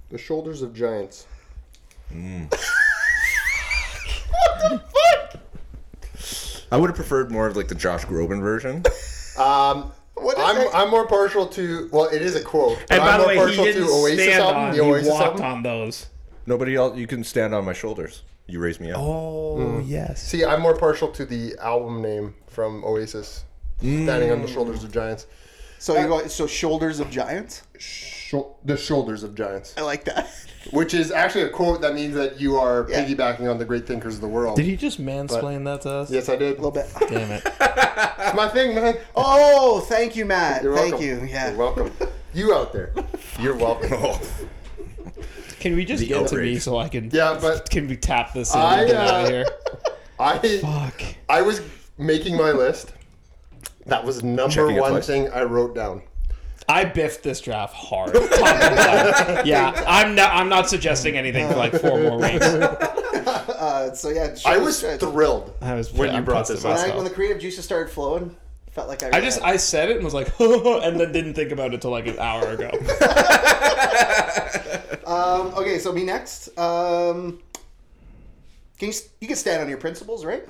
D: the shoulders of giants.
C: I would have preferred more of like the Josh Groban version.
D: Um,
A: What is
D: I'm,
A: that?
D: I'm more partial to well, it is a quote. but
B: And by
D: I'm
B: the
D: more
B: way, he
D: partial
B: didn't
D: to Oasis
B: stand
D: album,
B: on.
D: the Oasis
B: He walked
D: album.
B: on those.
C: Nobody else. You can stand on my shoulders. You raise me up.
B: Oh yes.
D: See, I'm more partial to the album name from Oasis, "Standing on the Shoulders of Giants."
A: So you go, so shoulders of giants.
D: Shou- the shoulders of giants,
A: I like that.
D: which is actually a quote that means that you are
A: Yeah.
D: piggybacking on the great thinkers of the world.
B: Did he just mansplain that to us?
D: Yes, I did.
A: A little bit.
B: Damn it.
D: That's my thing, man.
A: Oh, thank you, Matt.
D: You're
A: thank
D: welcome.
A: you. Yeah.
D: You're welcome. You out there, you're welcome.
C: Oh,
B: Can we just
C: The
B: get to me
C: outrage.
B: so I can?
D: Yeah, but-
B: can we tap this in
D: I,
B: and get out
D: uh,
B: of here?
D: I
B: Fuck.
D: I was making my list. That was number
C: Checking it
D: one
C: twice.
D: thing I wrote down.
B: I biffed this draft hard. Top and bottom. yeah, I'm not. I'm not suggesting anything for like four more weeks.
A: Uh, so yeah,
D: I
A: shoulders-
D: was
A: uh,
D: thrilled.
B: I was
D: When you
B: I'm
D: brought
B: pissed at
D: this up.
A: when, I,
B: myself.
A: when the creative juices started flowing, felt like I.
B: I just I said it and was like, and then didn't think about it till like an hour ago.
A: um, okay, so me next. Um, can you s- you can stand on your principles, right?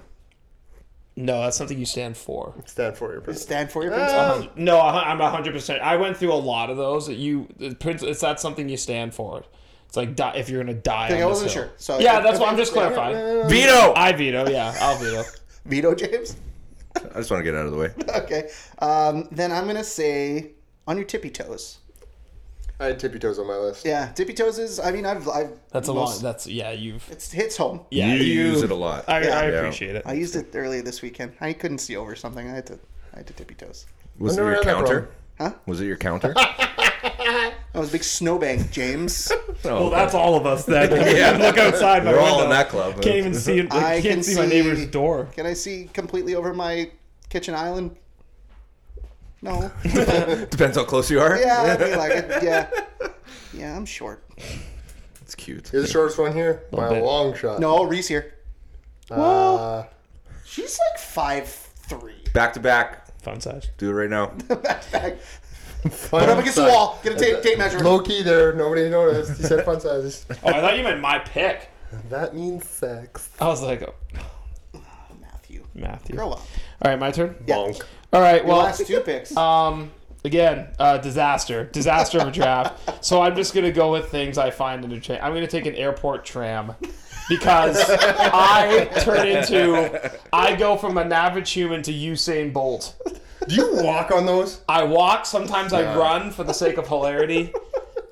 B: No, that's something you stand for.
D: Stand for your principles.
A: Stand for your principles.
B: No, I- I'm hundred percent. I went through a lot of those. That you, the prin- it's that something you stand for. It's like die, if you're gonna die.
A: Like,
B: on
A: I
B: this
A: wasn't
B: hill.
A: sure, so-
B: yeah, that's why I'm just
A: Yeah, yeah,
B: clarifying.
C: veto. I
B: I veto. Yeah, I'll veto.
A: Veto, James.
C: just want to get out of the way.
A: Okay, um, then I'm gonna say on your tippy toes.
D: I had tippy toes on my list.
A: Yeah, tippy toes is. I mean, I've I've
B: That's a
A: most-
B: lot. That's yeah. You've
A: It hits home.
B: yeah.
C: you,
B: you-
C: use it a lot.
B: I, I
C: Yeah.
B: appreciate it.
A: I used it earlier this weekend. I couldn't see over something. I had to I had to tippy toes.
C: Was it
D: Wonder
C: your
D: where that
C: counter?
A: from. Huh?
C: Was it your counter?
A: That was a big snowbank, James.
B: Well, that's all of us then.
C: Yeah.
B: Look outside my
C: We're
B: window.
C: all in that club.
B: Can't even see. it.
A: I
B: I can't
A: can
B: see, my
A: see-
B: neighbor's door.
A: Can I see completely over my kitchen island? No.
C: Depends how close you are.
A: Yeah, I'd be like, yeah, yeah, I'm short.
C: it's cute.
D: You're the shortest one here by
B: bit.
D: a long shot.
A: No, Reese here.
D: Uh,
A: She's like five three.
C: Back to back.
B: Fun size.
C: Do it right now.
A: Put up against the wall. Get a tape, tape measure.
D: Low key there, nobody noticed. He said fun sizes.
B: Oh, I thought you meant my pick.
D: That means sex.
B: I was like, oh,
A: Matthew,
B: Matthew.
A: grow
B: All
A: up.
B: right, my turn.
A: Yeah.
D: Bonk.
B: All right.
A: Your
B: Well,
A: last two picks.
B: Um, again, uh, disaster, disaster of a draft. So I'm just gonna go with things I find in a train. I'm gonna take an airport tram because I turn into I go from an average human to Usain Bolt.
D: Do you walk on those?
B: I walk. Sometimes I run for the sake of hilarity.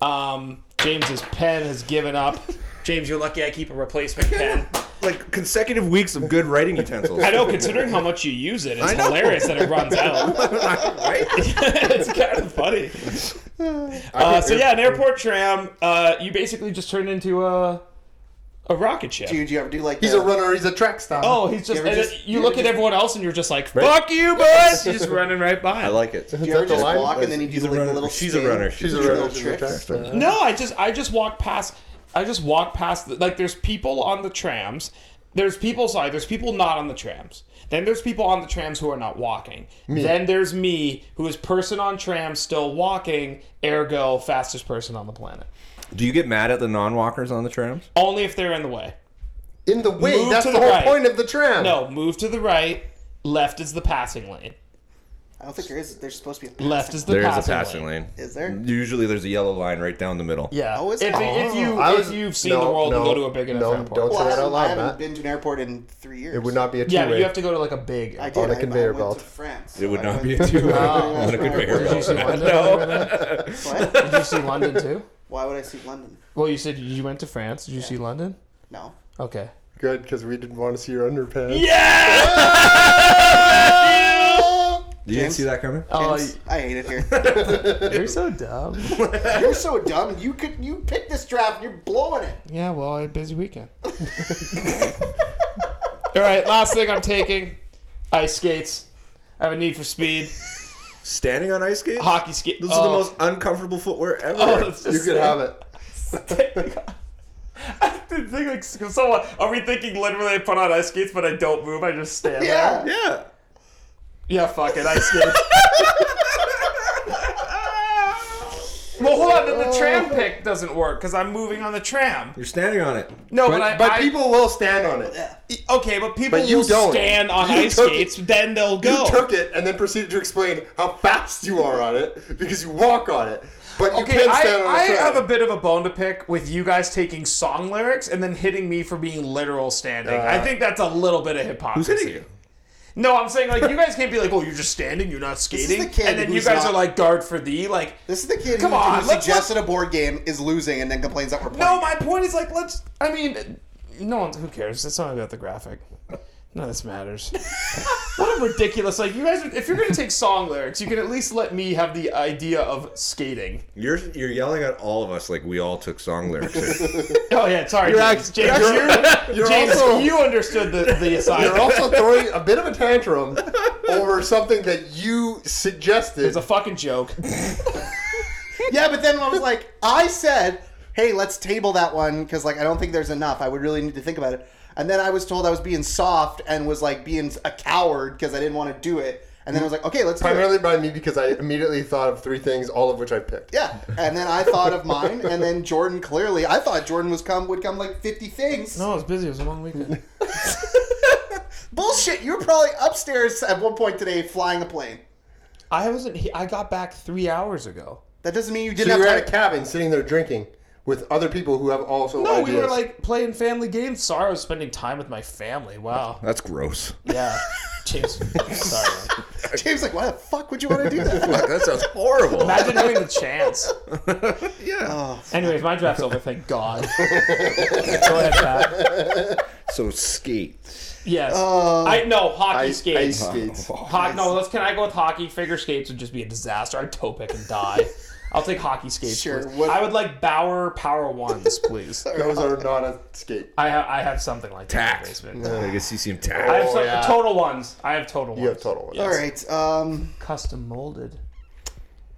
B: Um, James's pen has given up. James, you're lucky I keep a replacement pen.
C: Like consecutive weeks of good writing utensils.
B: I know, considering how much you use it, it's
C: know.
B: hilarious that it runs out.
C: right?
B: it's kind of funny. Uh, so yeah, an airport tram. Uh, you basically just turned into a a rocket ship.
A: do, you, do you ever do like?
D: He's
A: the-
D: a runner, he's a track star.
B: oh, he's just.
A: You ever
B: and
A: just-
B: it-
A: you
B: you
A: ever
B: look at
A: just-
B: everyone else and you're just like, "Fuck you, boys!" You're just running right by.
C: I like it.
A: Do you ever
D: Is that the
A: just
D: line?
A: walk and then you do
C: He's a
A: like a
C: runner.
A: little?
C: She's a
A: spin?
C: runner. She's
D: She's
C: a
D: a
A: Little
D: runner, she's a track
A: tricks.
D: star.
B: No, I just I just walk past. I just walk past. The, like there's people on the trams. There's people. Sorry, there's people not on the trams. Then there's people on the trams who are not walking. Then there's me, who is person on tram still walking. Ergo, fastest person on the planet.
C: Do you get mad at the non-walkers on the trams?
B: Only if they're in the way.
D: In the way,
B: Move
D: that's
B: to
D: the,
B: the
D: whole
B: right.
D: point of the tram.
B: No, move to the right. Left is the passing lane.
A: I don't think there is. There's supposed to be. A
B: Left is the
C: There is a
B: passing,
C: passing lane.
A: Is there?
D: Mm,
C: Usually, there's a yellow line right down the middle.
B: Yeah.
A: Oh, is
B: if,
A: it?
B: if you
D: I
B: if
D: was-
B: you've seen
D: no,
B: the world and
D: no,
B: go to a big enough
D: no,
B: airport.
D: don't
A: Well,
D: Say
A: I
D: it out
A: haven't, I
D: loud,
A: haven't
D: Matt.
A: been to an airport in three years.
D: It would not be a two
B: yeah, but
D: way.
B: you have to go to like a big.
A: I did.
D: on a
A: I-
D: conveyor
A: I went
D: belt.
A: To France.
C: It would
A: I
C: not
A: went
C: be a
A: to-
C: two-way.
A: Wow.
C: Not a good
A: Where did
C: way.
A: you see
C: around.
D: London?
C: No.
B: Did you
A: What?
B: see London too?
A: Why would I see London?
B: Well, you said you went to France. Did you see London?
A: No.
B: Okay.
D: Good, because we didn't want to see your underpants.
B: Yeah.
C: You didn't see that coming?
B: oh,
A: James, I hate it here.
B: you're so dumb.
A: You're so dumb. You could you picked this draft. and You're blowing it.
B: Yeah. Well, I had a busy weekend. All right. Last thing I'm taking, ice skates. I have a need for speed.
C: Standing on ice skates?
B: Hockey Oh. skate.
C: Those are the most uncomfortable footwear ever.
D: You could have it.
B: I didn't think like someone. Are we thinking literally? I put on ice skates, but I don't move. I just stand there.
A: Yeah.
C: yeah.
B: Yeah, fuck it, ice skates. well, hold on, then the tram pick doesn't work because I'm moving on the tram.
C: You're standing on it.
B: No, but, I,
D: But
B: I-
D: people will stand on it.
B: Okay, but people
D: But you
B: will
D: don't.
B: stand on
D: You
B: ice
D: took-
B: skates, then they'll go.
D: You took it and then proceeded to explain how fast you are on it because you walk on it. But you
B: Okay,
D: can
B: I,
D: stand on
B: I
D: it.
B: have a bit of a bone to pick with you guys taking song lyrics and then hitting me for being literal standing. I think that's a little bit of
C: Who's
B: hypocrisy.
C: hitting you?
B: No, I'm saying like you guys can't be like, oh, you're just standing, you're not
A: is
B: skating,
A: the kid
B: and then you
A: who's
B: guys
A: not-
B: are like guard for thee. Like,
A: This is the kid
B: Come
A: who,
B: on,
A: who
B: let's-
A: suggested a board game is losing and then complains that we're playing.
B: no, my point is like, let's. I mean, no one. Who cares? It's not about the graphic. None of this matters. what a ridiculous! Like you guys, if you're gonna take song lyrics, you can at least let me have the idea of skating.
C: You're you're yelling at all of us like we all took song lyrics.
B: Oh yeah, sorry,
D: You're
B: James.
D: act-
B: James,
D: you're-
B: you're-
D: you're
B: James,
D: also-
B: you understood the the
D: You're
B: assignment.
D: also throwing a bit of a tantrum over something that you suggested.
B: It's a fucking joke.
A: Yeah, but then I was like, I said, hey, let's table that one because like I don't think there's enough. I would really need to think about it. And then I was told I was being soft and was like being a coward because I didn't want to do it. And then I was like, okay, let's do it.
D: primarily by me because I immediately thought of three things, all of which I picked.
A: Yeah, and then I thought of mine, and then Jordan clearly. I thought Jordan was come would come like fifty things.
B: I was busy. It was a long weekend.
A: Bullshit! You were probably upstairs at one point today flying a plane.
B: I wasn't. he- I got back three hours ago.
A: That doesn't mean you
D: So
A: didn't
D: you were
A: have
D: at
A: time.
D: a cabin sitting there drinking with other people who have also
B: No,
D: ideas.
B: we were like playing family games. Sorry, I was spending time with my family. Wow.
C: That's gross.
B: Yeah. James, sorry. man.
A: James like, why the fuck would you want to do that?
C: Fuck, that sounds horrible.
B: Imagine having the chance.
C: yeah.
B: Anyways, my draft's over. Thank God. Go ahead, Pat.
C: So skate.
B: Yes. I no hockey
D: ice, ice
B: skates.
D: skates.
C: Oh.
B: Ho- no, let's. Can I go with hockey? Figure skates would just be a disaster. I'd toe pick and die. I'll take hockey skates.
A: Sure,
B: please.
A: what-
B: I would like Bauer Power Ones, please.
D: Those are not a skate.
B: I have. I have something like that. in the
C: Tacked.
B: basement.
C: I guess you see him
B: I have
C: tacked.
D: Oh,
B: some,
D: yeah.
B: total ones. I have total ones.
D: You have total ones.
A: All right, um,
B: Custom molded.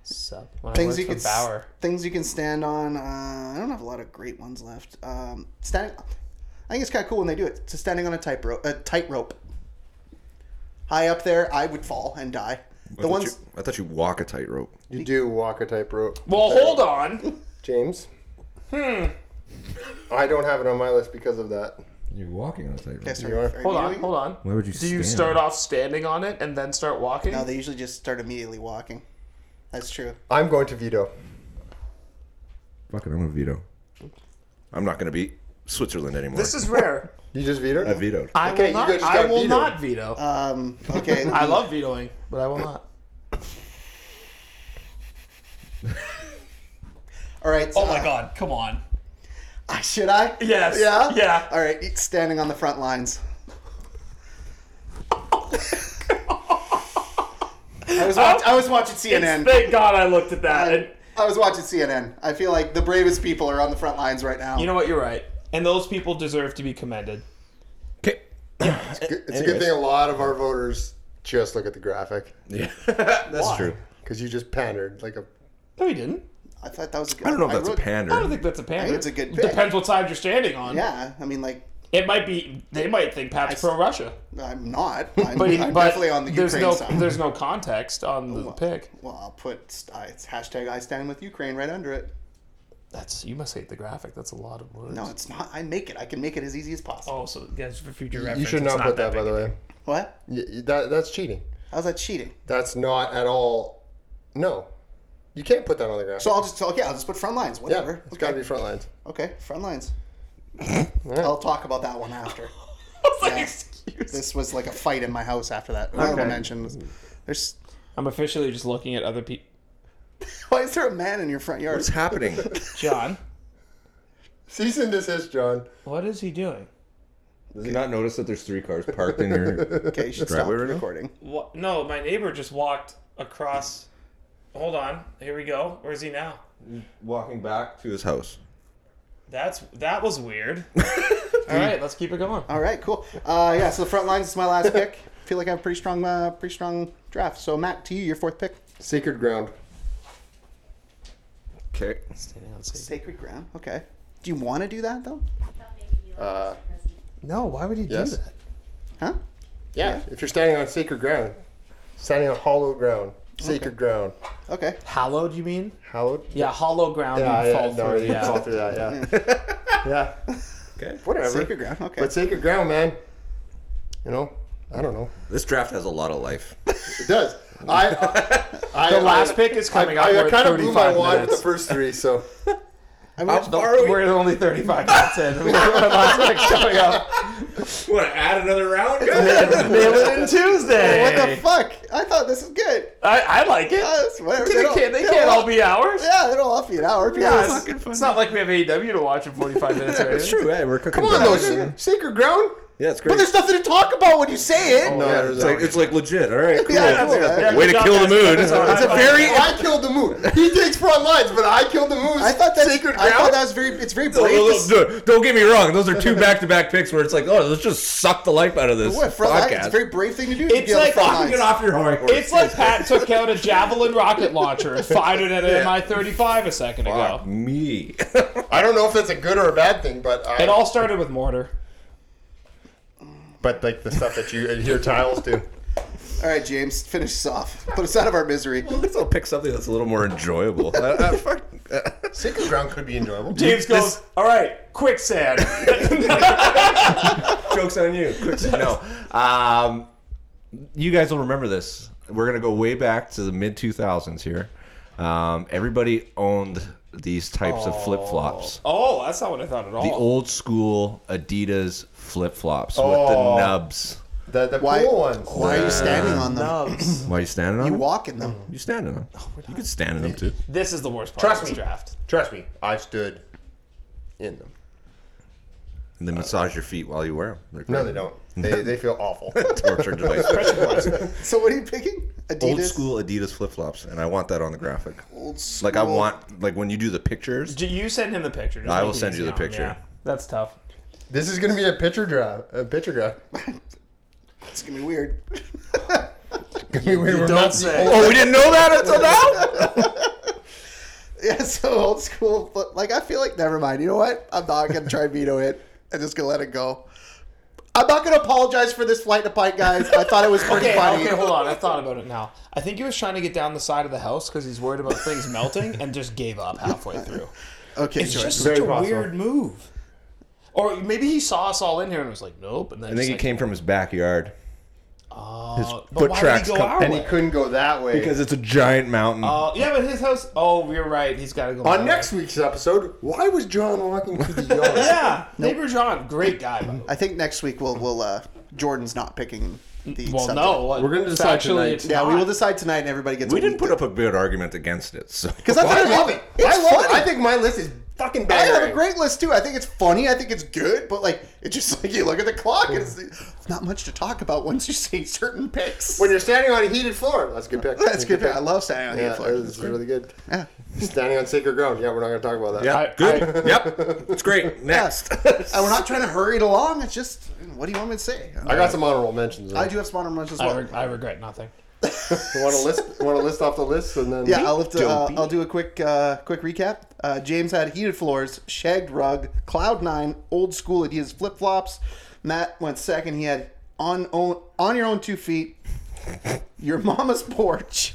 B: Sub. When
A: things
B: I
A: you can
B: worked for
A: s-
B: Bauer.
A: things you can stand on. Uh, I don't have a lot of great ones left. Um, standing, I think it's kind of cool when they do it. So standing on a tight rope, a tight rope. High up there, I would fall and die. The ones
C: I thought you walk a tightrope.
D: You do walk a tightrope.
B: Well, hold on.
D: James? Hmm. I don't have it on my list because of that.
C: You're walking on a tightrope.
A: Yes, sir.
D: You are-
A: Are you
B: Hold on.
A: doing it?
B: Hold on.
C: Why would you
B: Do you
C: stand?
B: start off standing on it and then start walking?
A: No, Oh, they usually just start immediately walking. That's true.
D: I'm going to veto.
C: Fucking, I'm a veto. I'm not going to beat Switzerland anymore.
B: this is rare.
D: You just vetoed?
C: I vetoed.
B: I
D: Okay, you
B: will not.
D: guys just
B: I
D: got
B: will
D: vetoed.
B: not veto.
A: Um, okay.
B: I love vetoing, but I will not.
A: All right.
B: Oh my
A: uh,
B: god! Come on.
A: Should I?
B: Yes.
A: Yeah.
B: Yeah.
A: All right. Standing on the front lines. I was watch- I was watching CNN.
B: Thank God I looked at that. And,
A: I was watching CNN. I feel like the bravest people are on the front lines right now.
B: you know what? You're right. And those people deserve to be commended.
C: Okay.
D: It's a good thing a lot of our voters just look at the graphic
C: Yeah. That's true.
D: because you just pandered like a.
B: No, he didn't.
A: I thought that was. A good,
C: I don't know if that's
A: wrote-
C: a pander.
B: I don't think that's a pander.
A: it's a good pick.
B: Depends what side you're standing on.
A: Yeah, I mean, like
B: It might be. They might think Pat's pro Russia.
A: I'm not. I'm,
B: But, he-
A: I'm
B: but
A: definitely on the
B: there's
A: Ukraine
B: no,
A: side. Oh,
B: There's no context on the pick.
A: Well, I'll put st- I, it's hashtag I stand with Ukraine right under it.
B: That's you must hate the graphic. That's a lot of words.
A: No, it's not. I make it. I can make it as easy as possible.
B: Oh, so guys, for future reference,
D: You should
B: it's
D: not put that,
B: big.
D: by the way.
B: Oh.
A: What?
D: Y- y- That, that's cheating.
A: How's that cheating?
D: That's not at all. No. You can't put that on the graphic.
A: So I'll just okay. I'll just put front lines.
D: yeah,
A: Whatever.
D: it's
A: okay.
D: got to be front lines.
A: Okay, front lines. I'll talk about that one after.
B: I was like,
A: Yeah.
B: excuse me.
A: This was like a fight in my house after that. Honorable
B: Okay.
A: mention. was- There's
B: I'm officially just looking at other people.
A: why is there a man in your front yard?
C: What's happening?
B: John,
D: Cease and desist, John.
B: what is he doing?
C: Does he not notice that there's three cars parked in your
A: Okay, you should
C: Driveway
A: stop
C: right now?
A: recording.
B: What? No, my neighbor just walked across. Hold on. Here we go. Where is he now?
C: walking back to his house?
B: That's that was weird. All right, let's keep it going.
A: All right, cool. Uh, yeah, so the front lines is my last pick. Feel like I have a pretty strong, uh, pretty strong draft. So Matt, to you, your fourth pick.
D: Sacred ground.
C: Okay.
A: Sacred ground. Okay. Do you want to do that though?
D: Uh,
B: No, why would he
D: Yes.
B: do that?
A: Huh?
D: yeah. If you're standing on sacred ground, standing on hollow ground, sacred ground.
A: Okay.
B: Hallowed, you mean?
D: Hallowed?
B: Yeah, hollow ground.
D: Yeah,
B: you
D: yeah,
B: fall
D: no,
B: through,
D: you
B: yeah.
D: fall through that, yeah. yeah,
C: Okay.
D: whatever.
A: Sacred ground. Okay.
D: But sacred ground, man. You know, I don't know.
C: This draft has a lot of life.
D: It does. I, I, I
B: The last pick is
D: I,
B: coming up. We're
D: kind of blew my wad with
B: minutes.
D: the first three, so
A: I
C: How
A: mean,
C: far are we?
B: We're only 35 minutes in. We have our last pick coming up.
C: Want to add another round? Good.
B: Nail it in Tuesday.
A: what the fuck? I thought this was good.
B: I, I like it.
A: Uh, it's whatever.
B: they
A: don't-
B: can't, they
A: don't
B: can't all
A: want-
B: be ours.
A: Yeah, they don't offer you an hour. People
B: Yeah,
A: are
B: it's,
A: fucking-
B: it's not like we have AEW to watch in 45 minutes. Right?
C: It's true. Hey, we're cooking.
D: come on,
C: back.
D: though. Sacred ground. Oh,
C: Yeah, it's
A: But
C: great. uh,
A: there's nothing to talk about when you say it.
D: No,
C: Yeah,
D: there's
C: it's like
D: that.
C: it's like legit. All right, cool.
A: Yeah, cool, man.
C: Way to
B: Yeah,
C: kill the moon.
B: that's what I
C: It's a
B: thought.
C: very
D: I killed the moon. He takes front lines, but I killed the moon.
A: I thought that's.
D: sacred
A: I
D: ground.
A: thought that was very. It's very brave. to
C: Don't- Don't don't get me wrong; those are two back-to-back picks where it's like, oh, let's just suck the life out of this
A: What, front line? It's a
C: podcast.
A: very brave thing to do. to
B: It's
A: be on the
B: like
A: front
B: fucking
A: lines.
C: off your high horse.
B: It's like Pat took out a javelin rocket launcher and fired it at an MI-35 a second
C: Fuck
B: ago.
C: me.
D: I don't know if that's a good or a bad thing, but I,
B: It all started with mortar.
D: but like the stuff that you hear tiles do.
A: All right, James, finish this off. Put us out of our misery.
C: Let's all pick something that's a little more enjoyable. I, I, fuck.
D: Sacred ground could be enjoyable.
B: James goes,
C: This-
B: all right, quicksand.
C: Jokes on you. Quick, no, um, you guys will remember this. We're gonna go way back to the mid two thousands here. Um, everybody owned these types of flip flops.
B: oh, that's not what I thought at all.
C: The old school Adidas flip flops with the
D: Oh.
C: nubs.
D: The, the
A: Why-
D: cool ones.
A: Why are you standing on them?
B: Nubs.
C: Why are you standing on
A: You
C: them?
A: walk in them.
C: You standing on them. You can stand in them too.
B: this is the worst part
D: Trust
B: of this
D: me.
B: draft.
D: Trust me, I stood in them.
C: And then massage your feet while you wear them. They're
D: No, they don't. They, they feel awful.
C: great. Torture device.
A: So what are you picking? Adidas.
C: Old school Adidas flip flops, and I want that on the graphic.
A: Old school.
C: Like I want, like when you do the pictures,
B: J- You send him the picture. Just
C: I
B: make
C: will
B: it
C: send you
B: easy
C: the
B: on him,
C: picture.
B: yeah. That's tough.
D: this is gonna be a picture draft. A picture graph.
A: It's gonna be weird.
D: We were
B: don't
D: not the
B: say.
D: only-
C: Oh, we didn't know that until now.
A: Yeah, so old school. But like I feel like never mind. You know what? I'm not gonna try and veto it. I'm just gonna let it go. I'm not gonna apologize for this flight to pint, guys. I thought it was pretty
B: Okay,
A: funny.
B: okay, hold on. I thought about it now. I think he was trying to get down the side of the house because he's worried about things melting and just gave up halfway through.
A: Okay,
B: It's
A: George.
B: just
D: Very
B: such a
D: possible.
B: weird move. Or maybe he saw us all in here and was like, nope. And then
C: I think he
B: just like,
C: came from his backyard
B: oh, but
C: foot
B: why
C: tracks
B: Would he go
C: come-
B: our
D: And he
B: way?
D: couldn't go that way.
C: because it's a giant mountain.
B: Uh, yeah, but his house. Oh, you're right. He's got to go
D: on
B: that
D: next
B: way.
D: week's episode, why was John walking through the yard?
B: Yeah, neighbor John, great guy. By the way.
A: I think next week we'll we'll uh, Jordan's not picking the.
B: Well,
A: subject.
B: no, what-
D: We're gonna decide
B: factually,
D: tonight.
B: it's
A: Yeah, we
B: not.
A: will decide tonight, and everybody gets.
C: we didn't put up a good argument against it, so
A: because I
D: I
A: thought
D: love it.
A: It's
D: I love
A: funny.
D: it. I think my list is fucking
A: I
D: bad.
A: have a great list too. I think it's funny. I think it's good, but like it's just like you look at the clock and it's not much to talk about once you say certain picks.
D: When you're standing on a heated floor, that's a good pick.
A: That's good. I love standing on the
D: Yeah,
A: yeah,
D: that is really good.
A: Yeah.
D: Standing on sacred ground. Yeah, we're not going to talk about that.
C: yeah,
B: I-
C: good. yep, it's great. Next,
A: and we're not trying to hurry it along. It's just what do you want me to say?
D: I got some honorable mentions.
A: I do have some honorable mentions as
B: I,
A: well.
B: re- I regret nothing.
D: Want to list? Want to list off the list and then?
A: yeah, I'll, have to, uh,
C: Dopey.
A: I'll do a quick uh, quick recap. Uh, James had heated floors, shagged rug, cloud nine, old school Adidas flip flops. Matt went second. He had on own, on your own two feet, your mama's porch.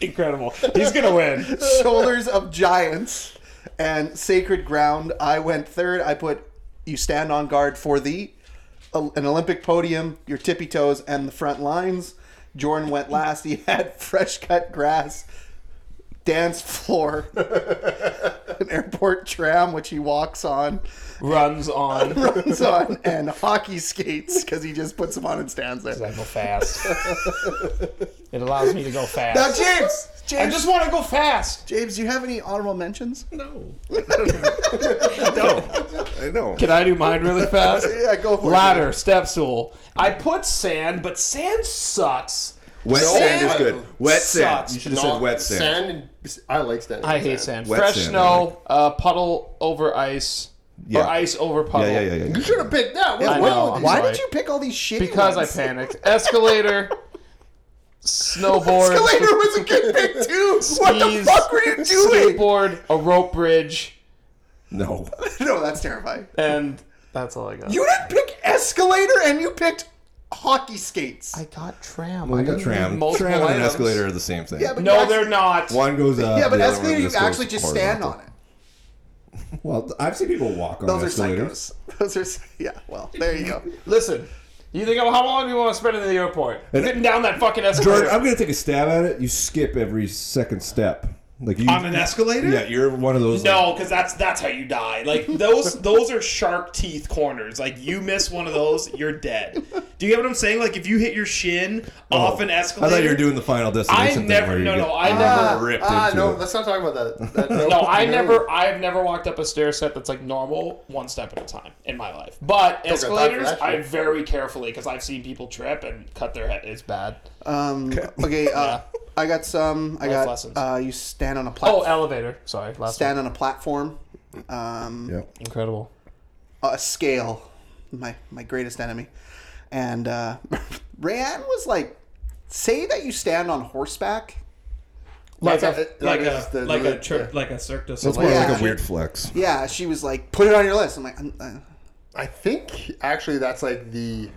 B: Incredible. He's gonna win.
A: Shoulders of Giants and Sacred Ground. I went third. I put You Stand on Guard for Thee, o- an Olympic podium, your tippy toes, and the front lines. Jordan went last. He had fresh cut grass, dance floor, an airport tram, which he walks on,
B: Runs on.
A: runs on, and hockey skates because he just puts them on and stands there.
B: I go fast. it allows me to go fast.
A: Now, Uh, James!
B: I
A: James,
B: just want to go fast.
A: James, do you have any honorable mentions?
C: no, no, I know.
B: Can I do mine really fast?
A: Yeah, go for
B: Ladder, step stool. I put sand, but sand sucks.
C: Wet sand is good. Wet sand.
B: Sucks.
C: You should have said wet sand.
D: Sand. and- I like sand.
B: I hate sand.
C: Wet
B: Fresh
C: sand, I
B: snow, uh, puddle over ice, or
C: Yeah.
B: ice over puddle.
C: Yeah, yeah, yeah, yeah.
D: You should have picked that. What's
B: I know,
D: wrong with
B: I'm
D: you?
A: Why
B: sorry.
A: did you pick all these shitty
B: Because I
A: ones?
B: panicked. Escalator, snowboard,
A: Escalator was a good pick too. What the
B: skis,
A: fuck were you doing?
B: Skateboard, a rope bridge,
C: No.
A: No, that's terrifying.
B: and that's all I got.
A: You didn't pick escalator, and you picked hockey skates.
B: I got tram.
F: Well,
B: I
F: you got
B: don't
F: tram.
B: need
A: multiple
F: Tram and an
A: items.
F: escalator are the same thing.
A: yeah, but you
B: No,
A: actually-
B: they're not.
F: One goes up.
A: Yeah, but
F: the other
A: escalator,
F: one
A: you
F: just goes
A: actually just stand on
F: horizontal.
A: it.
F: Well, I've seen people walk on
A: Those are
F: escalators.
A: psychos. Those are yeah. Well, there you go.
B: Listen, you think I'm, how long do you want to spend in the airport?
F: And-
B: Sitting down that fucking escalator.
F: Jordan, I'm gonna take a stab at it. You skip every second step. Like you
B: on an escalator?
F: Yeah, you're one of those.
B: No, because that's that's how you die. Like those those are shark teeth corners. Like you miss one of those, you're dead. Do you get what I'm saying? Like if you hit your shin off an
F: oh. I
B: escalator,
F: thought you were doing the final
B: I
F: destination thing
B: never.
F: where you
B: No,
F: get
B: no, I
A: Ah,
B: never.
F: ripped
A: ah,
F: into
D: No,
F: it.
D: let's not talk about that. that no,
B: No, I never. I've never walked up a stair set that's like normal, one step at a time in my life. But
D: for
B: escalators,
D: that.
B: I very carefully because I've seen people trip and cut their head. It's bad.
A: Um, okay, uh, I got some. I got
B: lessons.
A: uh, you stand on a platform.
B: Oh, elevator. Sorry, last
A: stand on a platform. Um,
F: Yeah.
B: one. Incredible.
A: a scale, my my greatest enemy, and uh, Rayanne was like, "Say that you stand on horseback."
B: Like,
D: That's
B: a,
D: a-
B: like
D: that is
B: a
D: the-
B: like a
D: yeah.
B: trip like a Cirque du
F: That's
B: Soleil.
F: more like
A: Yeah.
F: a weird flex.
A: Yeah, she was like, "Put it on your list." I'm like, I'm, uh,
D: I think actually that's like the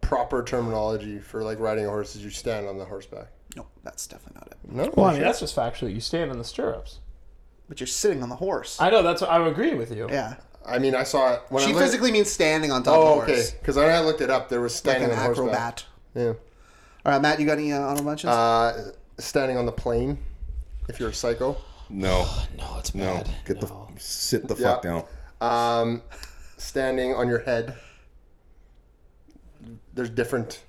D: proper terminology for like riding a horse is you stand on the horseback.
A: "No, that's definitely not it."
D: No,
B: Well, I mean that's just factually. You stand in the stirrups.
A: But you're sitting on the horse.
B: I know that's. what I would agree with you.
A: yeah,
D: I mean I saw it when
A: she
D: I looked-
A: physically means standing on top
D: Uh, Oh,
A: of the
D: okay.
A: horse,
D: Because when I looked it up, there was
A: like
D: standing
A: an
D: on the horseback.
A: acrobat.
D: Yeah.
A: All right, Matt, you got any uh, honorable mentions?
D: Uh, standing on the plane. If you're a psycho.
F: No,
B: No, it's
F: no,
B: bad.
F: get the
B: No.
F: sit the
D: Yeah.
F: fuck down.
D: Um, standing on your head. There's different,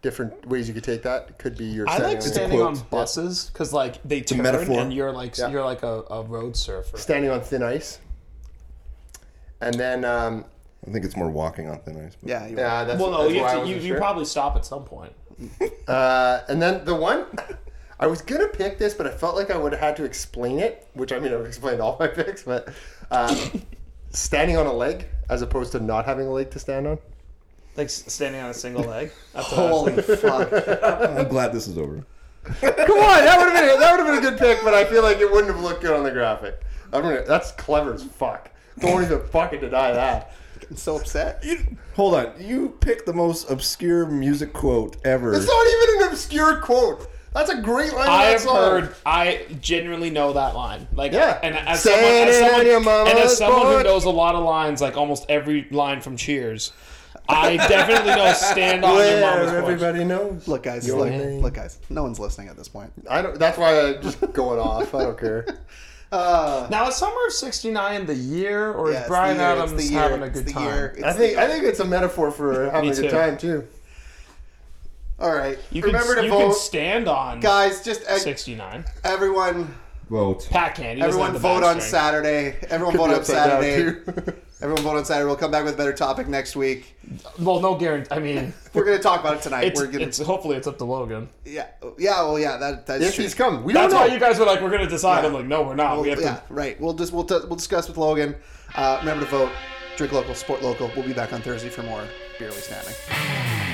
D: different ways you could take that. It could be your.
B: I like
D: standing,
B: standing
F: quote.
B: on buses because like they turn
F: metaphor.
B: and you're like
D: Yeah.
B: you're like a, a road surfer.
D: standing on thin ice. And then, um,
F: I think it's more walking on thin ice. But.
A: yeah, you
D: yeah, that's.
B: Well, no,
D: that's
B: you,
D: why I
B: have to, you,
D: wasn't
B: you
D: sure.
B: probably stop at some point.
D: Uh, and then the one, I was gonna pick this, but I felt like I would have had to explain it, which I mean I've explained all my picks, but uh, standing on a leg as opposed to not having a leg to stand on.
B: Like standing on a single leg.
A: Holy fuck!
F: I'm glad this is over.
D: Come on, that would have been that would have been a good pick, but I feel like it wouldn't have looked good on the graphic. I'm gonna, that's clever as fuck. Don't even fucking deny that.
A: I'm so upset.
F: Hold on, you picked the most obscure music quote ever.
D: It's not even an obscure quote. That's a great line.
B: I
D: of that
B: have
D: song.
B: heard. I genuinely know that line. Like,
D: Yeah.
B: and as
D: Say
B: someone, as
D: it
B: someone,
D: on your mama's
B: and as someone who
D: board.
B: knows a lot of lines, like almost every line from Cheers, I definitely know "Stand on your
D: Where
B: mama's porch."
D: everybody knows.
A: Look, guys,
D: Your
A: look,
D: name.
A: look, guys. No one's listening at this point.
D: I don't. That's why I'm just going off. I don't care.
A: Uh,
B: Now is Summer of '69 the year, or
A: yeah, it's
B: is
A: the
B: Brian
A: year, it's
B: Adams
A: the year,
B: having a
A: it's
B: good
A: the
B: time?
A: year, it's
D: I think
A: the
D: I think it's a metaphor for having a
B: too.
D: good time too.
A: All right.
B: You can,
A: Remember to
B: you
A: vote,
B: can stand on
A: guys. Just uh,
B: '69.
A: everyone,
F: Vote.
B: Pat Candy. doesn't
A: everyone
B: have the
A: vote on
B: backstory.
A: Saturday. Everyone vote
D: Be
A: on
D: upside down,
A: Saturday.
D: too.
A: Everyone vote on Saturday. We'll come back with a better topic next week.
B: Well, no guarantee. I mean,
A: We're gonna talk about it tonight.
B: it's,
A: We're gonna,
B: it's hopefully it's up to Logan.
A: yeah, yeah, well, yeah. That that's
D: if
A: true.
D: he's come, we
B: That's
D: don't
B: why
D: know.
B: you guys were like, we're gonna decide. I'm like, no, we're not. we have
A: yeah,
B: to.
A: right. We'll just we'll, t- we'll discuss with Logan. Uh, remember to vote. Drink local, sport local. We'll be back on Thursday for more beerly standing.